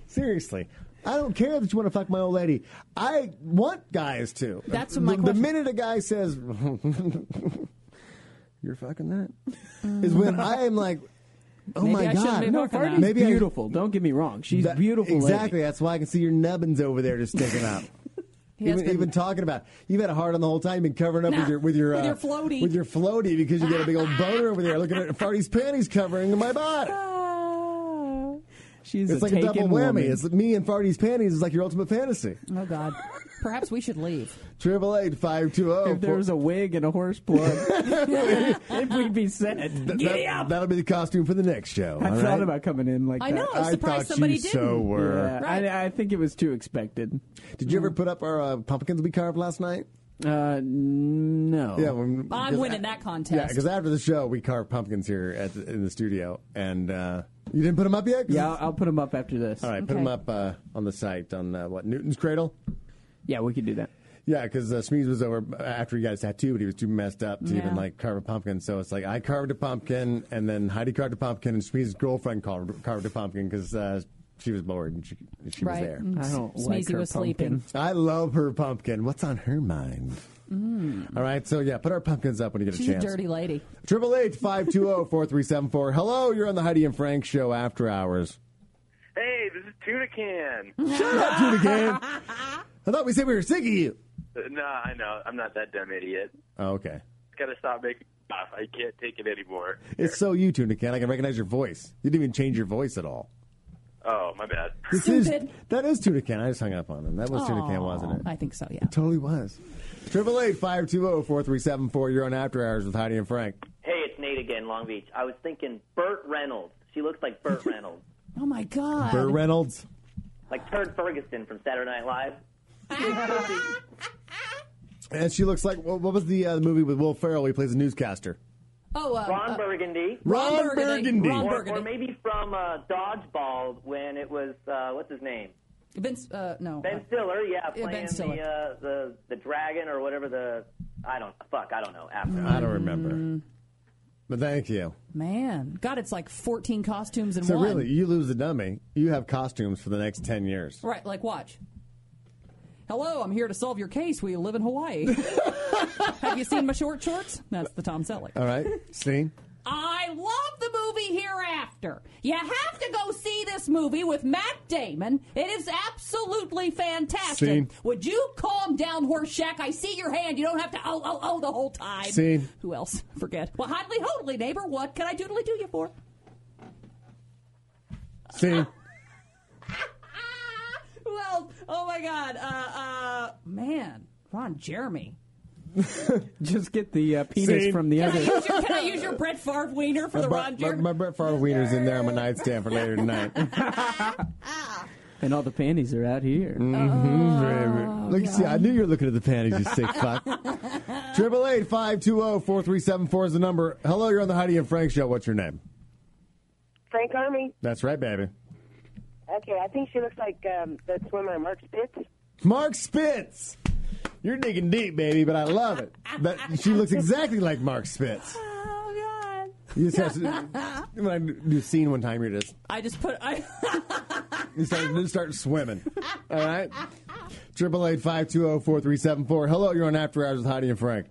Seriously. I don't care that you want to fuck my old lady. I want guys to. That's what my the, the question- minute a guy says, [laughs] Mm. "You're fucking that," is when I am like, Oh Maybe my I shouldn't God! be talking about it. Maybe I- beautiful. Don't get me wrong. She's That- beautiful. lady. Exactly. That's why I can see your nubbins over there just sticking out. He has Even, been- even talking about it. you've had a heart on the whole time. You've been covering up with your with your [laughs] With uh, your floaty. with your floaty because you got a big old boner over there. Look [laughs] at her, Farty's panties covering my butt. Oh. She's it's a like a double taken whammy. woman. It's me and Farty's panties is like your ultimate fantasy. Oh God. Perhaps we [laughs] should leave. Triple eight five two oh, zero. If there was a wig and a horse [laughs] blood, if we'd be set. Giddy up! That'll be the costume for the next show. I all thought right? about coming in like I that. know, I was I surprised thought somebody you so didn't. were. Yeah, Right. I, I think it was too expected. Did you ever put up our uh, pumpkins we carved last night? Uh, no. Yeah, when, Oh. I'm because- winning that Yeah, contest. because after the show we carved pumpkins here at the, in the studio, and uh, you didn't put them up yet. 'Cause Yeah, I'll, it's- I'll put them up after this. All right, put them up uh, on the site on uh, what Newton's Cradle. Yeah, we could do that. Yeah, because uh, Smeeze was over after he got his tattoo, but he was too messed up to Yeah. even like carve a pumpkin. So it's like I carved a pumpkin, and then Heidi carved a pumpkin, and Smeeze's girlfriend carved, carved a pumpkin because uh, she was bored and she, she Right. was there. Mm. I don't Smeezy like her was pumpkin. sleeping. I love her pumpkin. What's on her mind? All right, so yeah, put our pumpkins up when you get Mm. She's a a chance. dirty lady. Triple eight five two zero four three seven four. Hello, you're on the Heidi and Frank show after hours. Hey, this is Tuna Can. [laughs] Shut up, dude again. I thought we said we were sick of you. Uh, nah, I know. I'm not that dumb idiot. Oh, okay, Gotta stop making [laughs] stuff. I can't take it anymore. it's so you, Tuna Can. I can recognize your voice. You didn't even change your voice at all. Oh, my bad. This is that is Tuna Can. I just hung up on him. That was Tuna Can, Aw, wasn't it? I think so. Yeah. It totally was. Triple eight five two zero four three seven four. You're on after hours with Heidi and Frank. Hey, it's Nate again, Long Beach. I was thinking Burt Reynolds. She looks like [laughs] Burt Reynolds. Oh my God. Burr Reynolds. Like Turd Ferguson from Saturday Night Live. And she looks like what, what was the uh, movie with Will Ferrell? He plays a newscaster. Oh, uh, Ron uh, Burgundy. Ron Ron Burgundy. Burgundy. Or- Ron Or, Burgundy. maybe from uh, Dodgeball when it was, uh, what's his name? Vince. Uh, no. Ben Stiller, yeah, Ben playing Stiller. The, uh, the, the dragon or whatever the, I don't, fuck, I don't know. After. I don't remember. But thank you. Man, God, it's like 14 costumes in So one. really, you lose the dummy. You have costumes for the next ten years. Right, like watch. Hello, I'm here to solve your case. We live [laughs] in Hawaii. Have you seen my short shorts? That's the Tom Selleck. All right, see. I love the movie Hereafter. You have to go see this movie with Matt Damon. It is absolutely fantastic. Scene. Would you calm down, horse shack? I see your hand. You don't have to oh oh oh the whole time. Scene. Who else? [laughs] Forget. Well, hodly hodly, neighbor. What can I doodly do you for? [laughs] See, Who else? Oh my God. Uh, uh, man, Ron Jeremy. Just get the uh, penis See? from the Can I, other. [laughs] use your, can I use your Brett Favre wiener for the Bre- Ron my, Jeremy? my Brett Favre wiener's in there on my nightstand for later [laughs] tonight. Oh, and all the panties are out here. Mm. Mm-hmm, Look, see, I knew you were looking at the panties, you sick [laughs] fuck. Triple eight five two zero four three seven four is the number. Hello, you're on the Heidi and Frank show. What's your name? Frank Army. That's right, baby. Okay, I think she looks like um, the swimmer Mark Spitz. Mark Spitz. You're digging deep, baby, but I love it. That she looks exactly like Mark Spitz. Oh You just have to, when I do a scene one time, you're just I just put. I, [laughs] you start you start swimming. All right. Triple eight five two zero four three seven four. Hello, you're on After Hours with Heidi and Frank.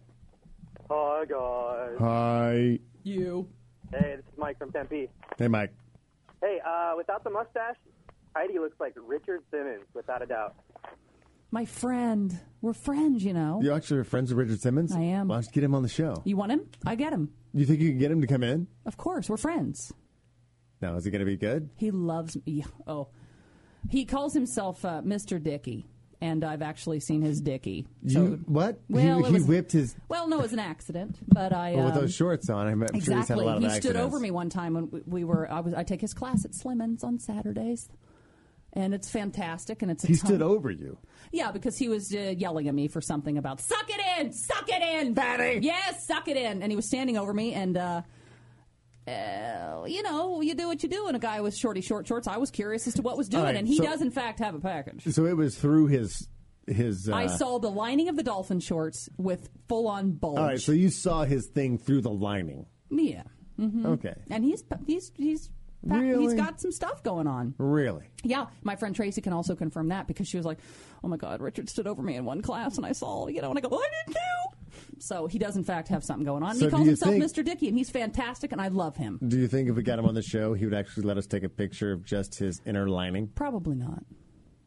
Hi, guys. Hi. you. Oh, Hey, this is Mike from Tempe. Hey, Mike. Hey, uh, without the mustache, Heidi looks like Richard Simmons, without a doubt. My friend. We're friends, you know. You actually are friends with Richard Simmons. I am. Why don't you get him on the show? You want him? I get him. You think you can get him to come in? Of course. We're friends. Now, is it going to be good? He loves me. [laughs] Oh. He calls himself uh, Mr. Dickey, and I've actually seen his Dickey. So, you what? Well, he, it he was- whipped his well, no, it was an accident, but I. well, with um, those shorts on. I'm Exactly. sure he's had a lot of he accidents. stood over me one time when we- we were. I was. I take his class at Slimmins on Saturdays, and it's fantastic. And it's a He ton- stood over you. Yeah, because he was uh, yelling at me for something about suck it in, suck it in, fatty. Yes, suck it in, and he was standing over me, and uh, uh, you know, you do what you do. And a guy with shorty short shorts, I was curious as to what was doing, All right, and he so- does in fact have a package. So it was through his his. Uh, I saw the lining of the dolphin shorts with full on bulge. All right, so you saw his thing through the lining. yeah. hmm Okay. And he's he's he's he's Really? got some stuff going on. Really? Yeah, my friend Tracy can also confirm that because she was like, "Oh my God, Richard stood over me in one class, and I saw you know," and I go, "I did too." So he does, in fact, have something going on. So he do calls you himself think- Mr. Dickey, and he's fantastic, and I love him. Do you think if we got him on the show, he would actually let us take a picture of just his inner lining? Probably not.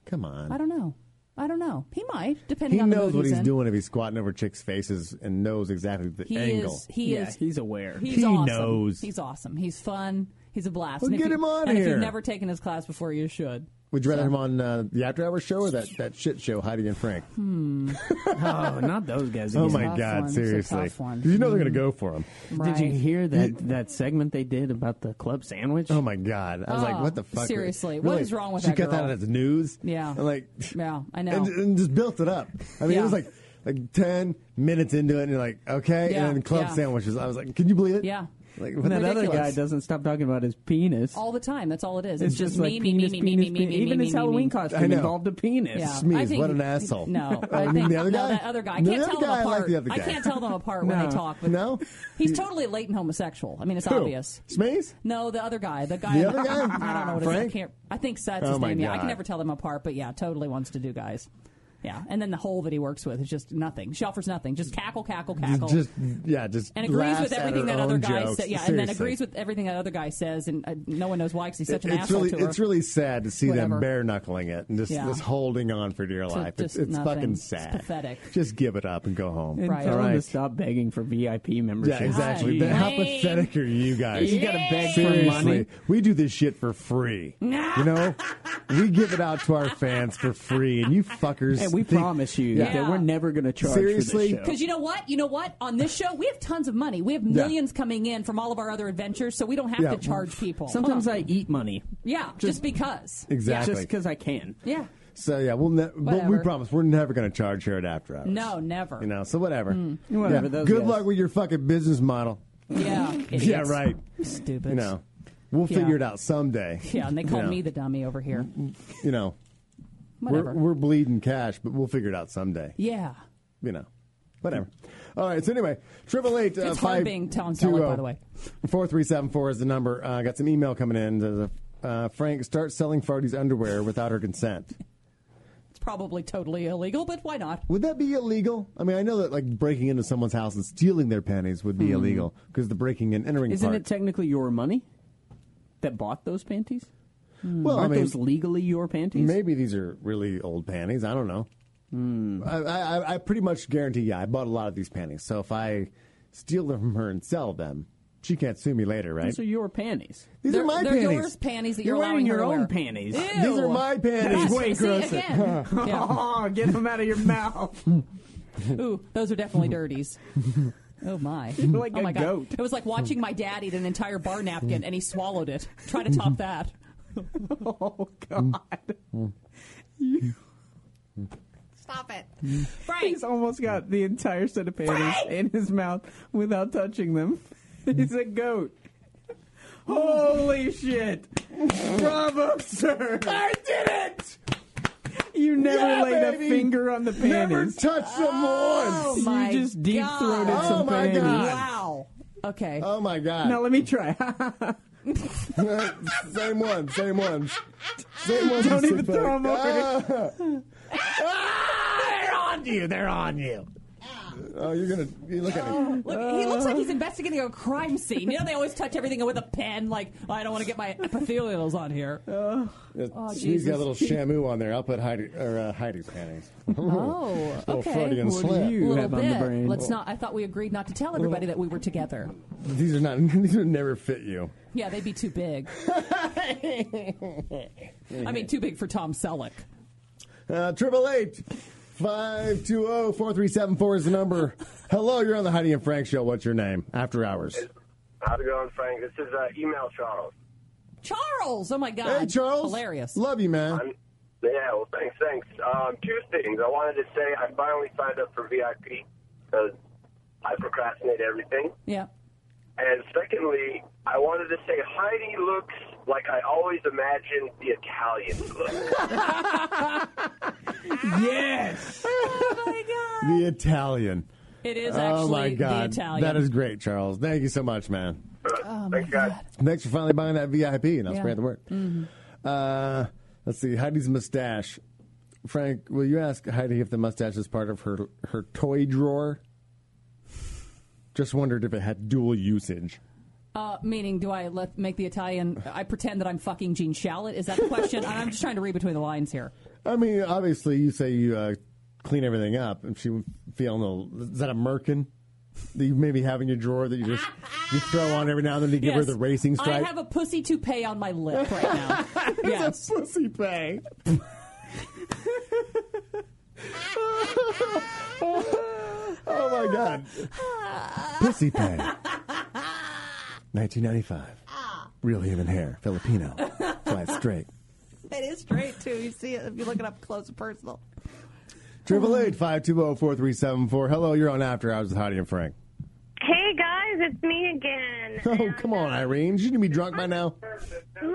Come on. I don't know. I don't know. He might, depending He on the knows mood what he's he's in. doing if he's squatting over chicks' faces and knows exactly the He angle. is. He Yeah, is. he's aware. He's He awesome. knows. He's awesome. He's fun. He's a blast. Well, and if get you- him on and if here. you've never taken his class before, you should. Would you rather him on uh, the After Hours show or that, that shit show, Heidi and Frank? Hmm. oh, not those guys. oh These my tough God, ones. seriously. 'Cause You know they're Mm-hmm. going to go for him. Did you hear that that segment they did about the club sandwich? Oh my God! I was like, Oh, what the fuck? seriously, Really? what is wrong with she that cut that out girl? as news. Yeah. I'm like, Yeah, I know. and, uh, and just built it up. I mean, it Yeah. was like like ten minutes into it, and you're like, okay, Yeah, and then club yeah. sandwiches. I was like, can you believe it? Yeah. Like And that other guy ridiculous. doesn't stop talking about his penis. All the time. That's all it is. It's It's, just just, like me, me, me, penis, me, penis, me, me, penis. me, Even me, his me, Halloween me. costume I know. involved a penis. Yeah. I Smeez, think- what an asshole. [laughs] No, I I mean, think, the other no, guy? that other guy. I The can't other tell guy, I like them apart. the other guy. can't tell them apart when No. they talk. But No? he's totally latent homosexual. I mean, it's Who? obvious. Smeeze? No, the other guy. The guy. The other guy? [laughs] I don't know what Frank? his name. I think so, that's Oh his my name. Yeah, I God. can never tell them apart. But yeah, totally wants to do guys. Yeah, and then the hole that he works with is just nothing. She offers nothing. Just cackle, cackle, cackle. Just yeah, just and agrees laughs with at everything her that other own guy jokes. says. Yeah, and Seriously. then agrees with everything that other guy says, and uh, no one knows why because he's such an it's asshole really to her. it's really sad to see them Whatever. bare knuckling it and just Yeah. just holding on for dear To life. It's, just it's nothing. fucking It's sad. pathetic. Just give it up and go home. And Right. tell All him to right. stop begging for VIP membership. Yeah, exactly. But How Lame. pathetic are you guys? You gotta beg for Seriously, money. We do this shit for free. you [laughs] know, we give it out to our fans for free, and you fuckers. Hey, [laughs] we think- promise you Yeah. that we're never going to charge Seriously? for this show. Because you know what? You know what? On this show, we have tons of money. We have Yeah. millions coming in from all of our other adventures, so we don't have Yeah. to charge people. Sometimes I eat money yeah, just, because. Exactly. just because I can. Yeah. So yeah, we'll ne- but we Whatever. promise we're never going to charge here at After Hours. No, never. Mm. You know, so whatever. Whatever, Yeah. those Good guys. luck with your fucking business model. Yeah. [laughs] Yeah, idiots. right. Stupid. You know, we'll Yeah. figure it out someday. [laughs] Yeah, and they call You know, me the dummy over here. You know, we're, Whatever. we're bleeding cash, but we'll figure it out someday. yeah. You know, whatever. All right. So anyway, triple eight. uh, It's hard being Tom Selleck, by the way. oh. Four three seven four is the number. Uh, I got some email coming in. There's a, uh, Frank, start selling Farty's underwear without her consent. It's probably totally illegal, but why not? Would that be illegal? I mean, I know that like breaking into someone's house and stealing their panties would be Hmm. illegal because the breaking and entering Isn't part. it technically your money that bought those panties? well, Aren't I mean, those legally your panties? maybe these are really old panties. I don't know. I, I, I- I pretty much guarantee. Yeah, I bought a lot of these panties. So if I steal them from her and sell them, she can't sue me later, right? These are your [laughs] panties. These they're are my they're panties. yours panties that You're you're, allowing wearing her your to own wear. panties. Ew. These are my panties. That's way See, grosser. again. Yeah. Oh, get them out of your mouth. Ooh, those are definitely [laughs] dirties. Oh my! Like oh a my God. goat. It was like watching my dad eat an entire bar napkin and he swallowed it. Try to top that. [laughs] Oh, God. Stop it, Frank. He's almost got the entire set of panties in his mouth without touching them. [laughs] He's a goat. Holy shit! Bravo, sir! I did it! You never Yeah, laid baby. a finger on the Never panties. touch them Oh once. my just deep-throated God. some Oh, my panties. God. Wow. Okay. Uh, Oh my god! Uh, Now let me try. [laughs] same one, same ones, same ones. Don't you even sick throw 'em fuck. over Ah! they're on you. They're on you. Oh, you're gonna you look at me. Look, he looks like he's investigating a crime scene. You know, they always touch everything with a pen. Like, "Oh, I don't want to get my epithelials on here. Oh. She's Oh, Jesus. [laughs] got a little shamu on there. I'll put Heidi or uh, Heidi's panties. [laughs] Oh, little okay. Freudian What do slip. a you- little have on the brain. bit. Let's not. I thought we agreed not to tell everybody that we were together. These are not. [laughs] These would never fit you. Yeah, they'd be too big. I mean, too big for Tom Selleck. Uh, Triple eight. oh, 520-4374 is the number. Hello, you're on the Heidi and Frank show. What's your name? After hours. How's it going, Frank? This is uh, Email Charles. Charles. Oh my God. Hey, Charles. Hilarious. Love you, man. I'm, yeah, well, thanks, thanks. Um, two things. I wanted to say I finally signed up for VIP because I procrastinate everything. Yeah. And secondly, I wanted to say Heidi looks like I always imagined the Italians [laughs] look. Uh, yes! Oh my God. The Italian. It is actually Oh my God, the Italian. that is great, Charles. Thank you so much, man. Oh my thanks, guys. God. Thanks for finally buying that VIP, and I'll Yeah. Mm-hmm. spread the word. Uh, let's see, Heidi's mustache. Frank, will you ask Heidi if the mustache is part of her her toy drawer? Just wondered if it had dual usage. Uh, meaning, do I let make the Italian? I pretend that I'm fucking Gene Shalit. Is that the question? I'm just trying to read between the lines here. I mean, obviously, you say you uh, clean everything up, and she would feel no. Is that a merkin that you maybe have in your drawer that you just you throw on every now and then to give her Yes. the racing I stripe? have a pussy toupee on my lip [laughs] right now. yes. pussy pay. oh my god, pussy pay. 1995. Real human hair, Filipino, flat straight. It is straight too. You see it if you look it up close and personal. Triple eight five two zero four three seven four. Hello, you're on After Hours with Heidi and Frank. Hey guys, it's me again. [laughs] uh, Oh, come on, Irene. Shouldn't you be drunk by now? L-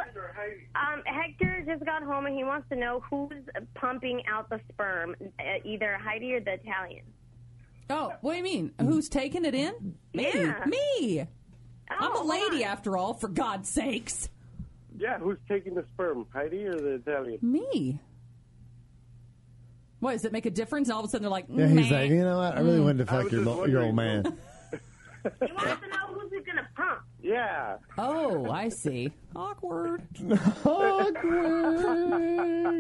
Um, Hector just got home and he wants to know who's pumping out the sperm, uh, either Heidi or the Italian. Oh, what do you mean? Who's taking it in? Me, Yeah. me. I'm a hold lady after all. For God's sakes, Yeah, who's taking the sperm, Heidi or the Italian? Mm. me. What does it make a difference? And all of a sudden they're like, Yeah, he's "Meh." like, you know what? I really Mm. wanted to I fuck was your, just lo- your old wondering. man. [laughs] He wants to know who's he gonna pump. Yeah. Oh, I see. [laughs] Awkward. Awkward.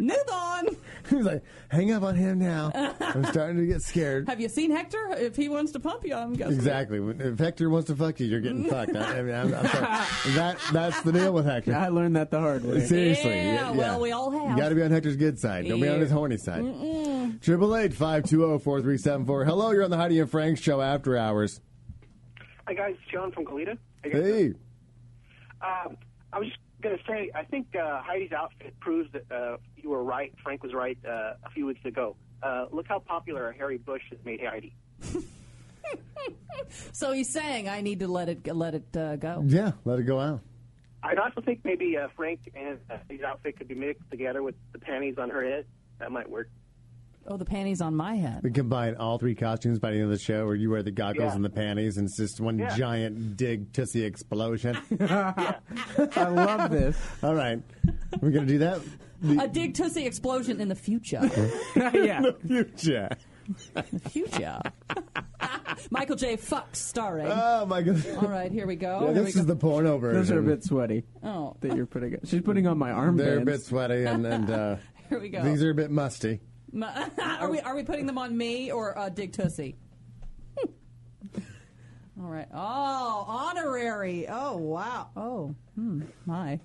Newborn. he's like, hang up on him now. I'm starting to get scared. Have you seen Hector? If he wants to pump you, I'm guessing. Exactly. If Hector wants to fuck you, you're getting fucked. I, I mean, I'm, I'm [laughs] sorry. That that's the deal with Hector. I learned that the hard way. Seriously. Yeah, well, we all have. You got to be on Hector's good side. Don't be on his horny side. Mm-mm. Triple eight five two zero four three seven four. Hello, you're on the Heidi and Frank show after hours. Hi guys, John from Goleta. Hey, Um, I was just gonna say, I think uh, Heidi's outfit proves that uh, you were right. Frank was right uh, a few weeks ago. Uh, look how popular Harry Bush has made Heidi. So he's saying I need to let it let it uh, go. yeah, let it go out. I also think maybe uh, Frank and uh, Heidi's outfit could be mixed together with the panties on her head. That might work. Oh, the panties on my head. We combine all three costumes by the end of the show, where you wear the goggles Yeah. and the panties, and it's just one Yeah. giant dig tussie [laughs] explosion. I love this. All right, we're gonna do that. A dig tussie explosion in the future. [laughs] yeah, the future. future. [laughs] Michael J. Fox starring. Oh my god! All right, here we go. Yeah, Oh, here we this go. is the porno version. Those are a bit sweaty. Oh. That you're putting. She's putting on my armbands. They're a bit sweaty, and, and uh, [laughs] Here we go. these are a bit musty. My- [laughs] are we are we putting them on me or uh, Dig Tussie? [laughs] All right. Oh, honorary. Oh, wow. Oh, hmm. my.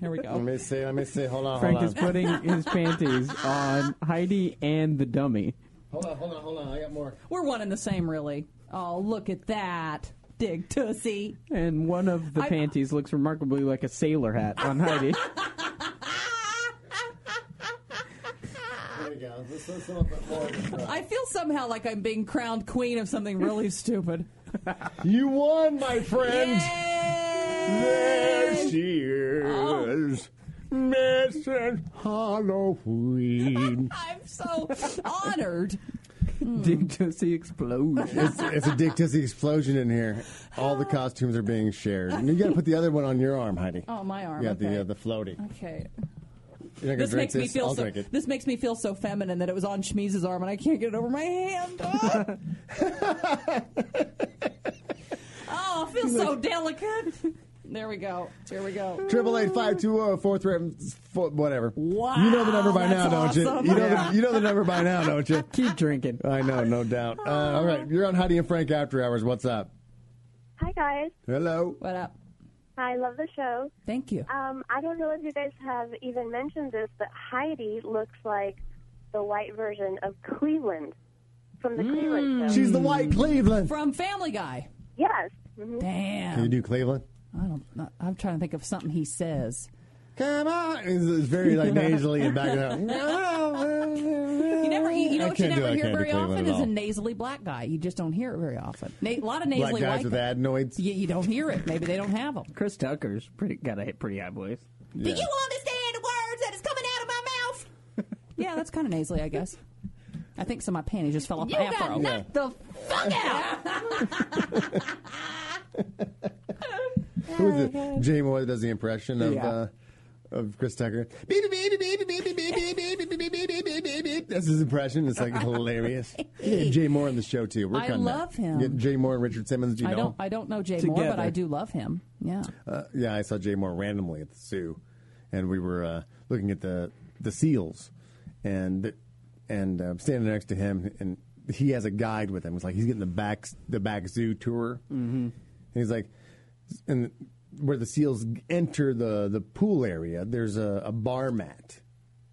Here we Let go. me see. Let me see. Hold on. Frank hold on. is putting his panties on Heidi and the dummy. Hold on. Hold on. Hold on. I got more. We're one and the same, really. Oh, look at that, Dig Tussie. And one of the I- panties looks remarkably like a sailor hat on [laughs] Heidi. There we go. Let's, let's look at more. I feel somehow like I'm being crowned queen of something [laughs] really stupid. You won, my friend. There she is, Oh. Mrs. Halloween. I'm so honored. Dig Tussie explodes. It's, it's a dick tizzy explosion in here. All the costumes are being shared. And you got to put the other one on your arm, Heidi. Oh, my arm. Yeah, okay. the uh, the floaty. okay. You're not gonna This drink makes this. me feel I'll so. drink it. This makes me feel so feminine that it was on Schmeeze's arm and I can't get it over my [laughs] hand. Oh, oh I feel so delicate. There we go. Here we go. Triple eight five two zero four three four whatever. Wow, you know the number by now, that's don't awesome. you? You know Yeah. the, you know the number by now, don't [laughs] you? Keep drinking. I know, no doubt. Uh, all right, you're on Heidi and Frank After Hours. What's up? Hi guys. Hello. What up? I love the show. uh, Thank you. Um, I don't know if you guys have even mentioned this, but Heidi looks like the white version of Cleveland from the Cleveland show. Mm. She's the um, white Cleveland. From Family Guy. Yes. Mhm. Can you Damn. do Cleveland? I don't. I'm trying to think of something he says. Come on! It's, it's very [laughs] like nasally and back and You never, you, you know I can't what you do- never I can't hear do very Cleveland at often is all. a nasally black guy. You just don't hear it very often. Na- a lot of black nasally guys white with guys. adenoids. You, you don't hear it. Maybe they don't have them. Chris Tucker's pretty got a pretty high voice. Yeah. understand the words that is coming out of my mouth? [laughs] yeah, that's kind of nasally, I guess. I think so. My panties just fell off my afro. the fuck out. Who is Oh it? Jay Moore does the impression of Yeah. uh, of Chris Tucker. Baby, baby, baby, baby, baby, baby, baby, baby, baby, baby, That's his impression. It's [laughs] like hilarious. You get Jay Moore on the show too. Work I on that. love him. You get Jay Moore and Richard Simmons. Do you I know? don't. I don't know Jay Moore, but Together. I do love him. Yeah. Uh, yeah, I saw Jay Moore randomly at the zoo, and we were uh, looking at the the seals, and and uh, standing next to him, and he has a guide with him. It's like he's getting the back the back zoo tour, mm-hmm. and he's like, and where the seals enter the the pool area, there's a, a bar mat,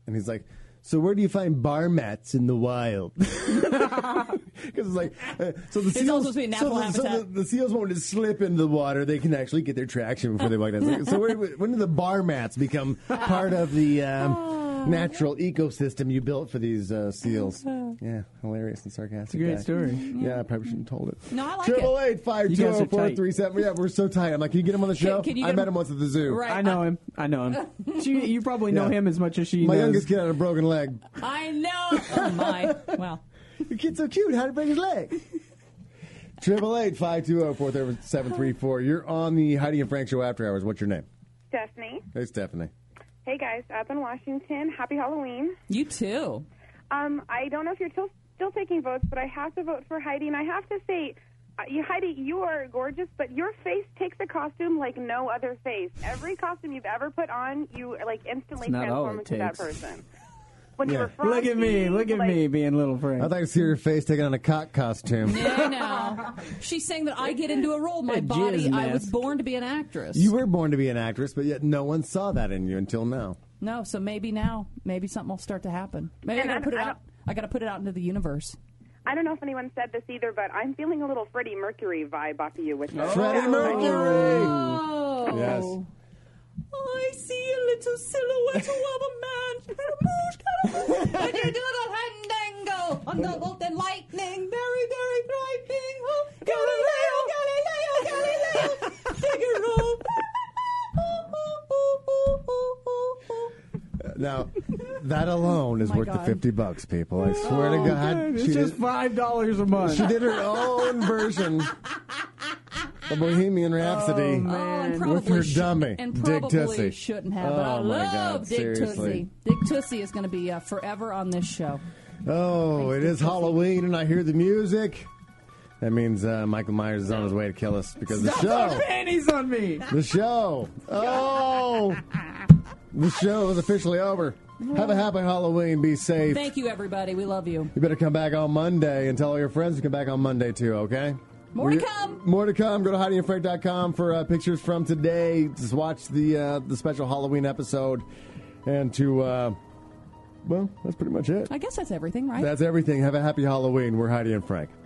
and he's like. So where do you find bar mats in the wild? [laughs] Because it's like, uh, so the It's seals. also supposed to be a natural so the- so the- habitat. the seals won't just slip into the water. They can actually get their traction before they walk down. So where, when do the bar mats become part of the [laughs] Oh. um, natural ecosystem you built for these uh, seals? Uh-huh. Yeah, hilarious and sarcastic. It's a great story. Yeah, I probably shouldn't have told it. No, I like Triple it. eight five You two guys zero are four tight. three seven. Yeah, we're so tight. I'm like, can you get him on the Can- show? can you I get met him- him once at the zoo. I know him. I know [laughs] him. she, you probably know Yeah. him as much as she My knows. youngest kid had a broken [laughs] leg. I know. [laughs] Oh my. Wow. Your kid's so cute. How did he break his leg? Triple eight five two zero four seven three four. You're on the Heidi and Frank show after hours. What's your name? Stephanie. Hey, Stephanie. Hey guys, up in Washington. Happy Halloween. You too. Um, I don't know if you're still still taking votes, but I have to vote for Heidi, and I have to say, uh, you, Heidi, you are gorgeous, but your face takes a costume like no other face. Every costume you've ever put on, you like instantly It's not all transform it into that takes. person. When you Yeah. were frosty, Look at me. Look at like- me being little Frank. I'd like to see your face taking on a cock costume. I know. She's saying that I get into a role. My A jizz body. I was mask. born to be an actress. You were born to be an actress, but yet no one saw that in you until now. No. So maybe now, maybe something will start to happen. Maybe And I I- gotta put it I out. I gotta put it out into the universe. I don't know if anyone said this either, but I'm feeling a little Freddie Mercury vibe off of you with Oh. this. Freddie Mercury. Yes. I see a little silhouette of a man. Would you do the fandango on the bolt and lightning? Very, very frightening. Oh, Galileo, Galileo, Galileo. Figaro. [laughs] Now, that alone is My worth God. Oh, the 50 bucks, people. I swear to God. It's she just did- five dollars a month. She did her own version of Bohemian Rhapsody Oh, with her Oh, sh- dummy, and Dick probably Tussie. shouldn't have. but Oh, my I love God, Dick seriously. Tussie. Dick Tussie is going to be uh, forever on this show. Oh, it is Halloween, and I hear the music. That means uh, Michael Myers is on his way to kill us because the show. panties on me. The show. Oh, the show is officially over. Have a happy Halloween. Be safe. Thank you, everybody. We love you. You better come back on Monday and tell all your friends to come back on Monday too. Okay. More to We- come. More to come. Go to HeidiandFrank.com for uh, pictures from today. Just watch the uh, the special Halloween episode, and to uh, well, that's pretty much it. I guess that's everything, right? That's everything. Have a happy Halloween. We're Heidi and Frank.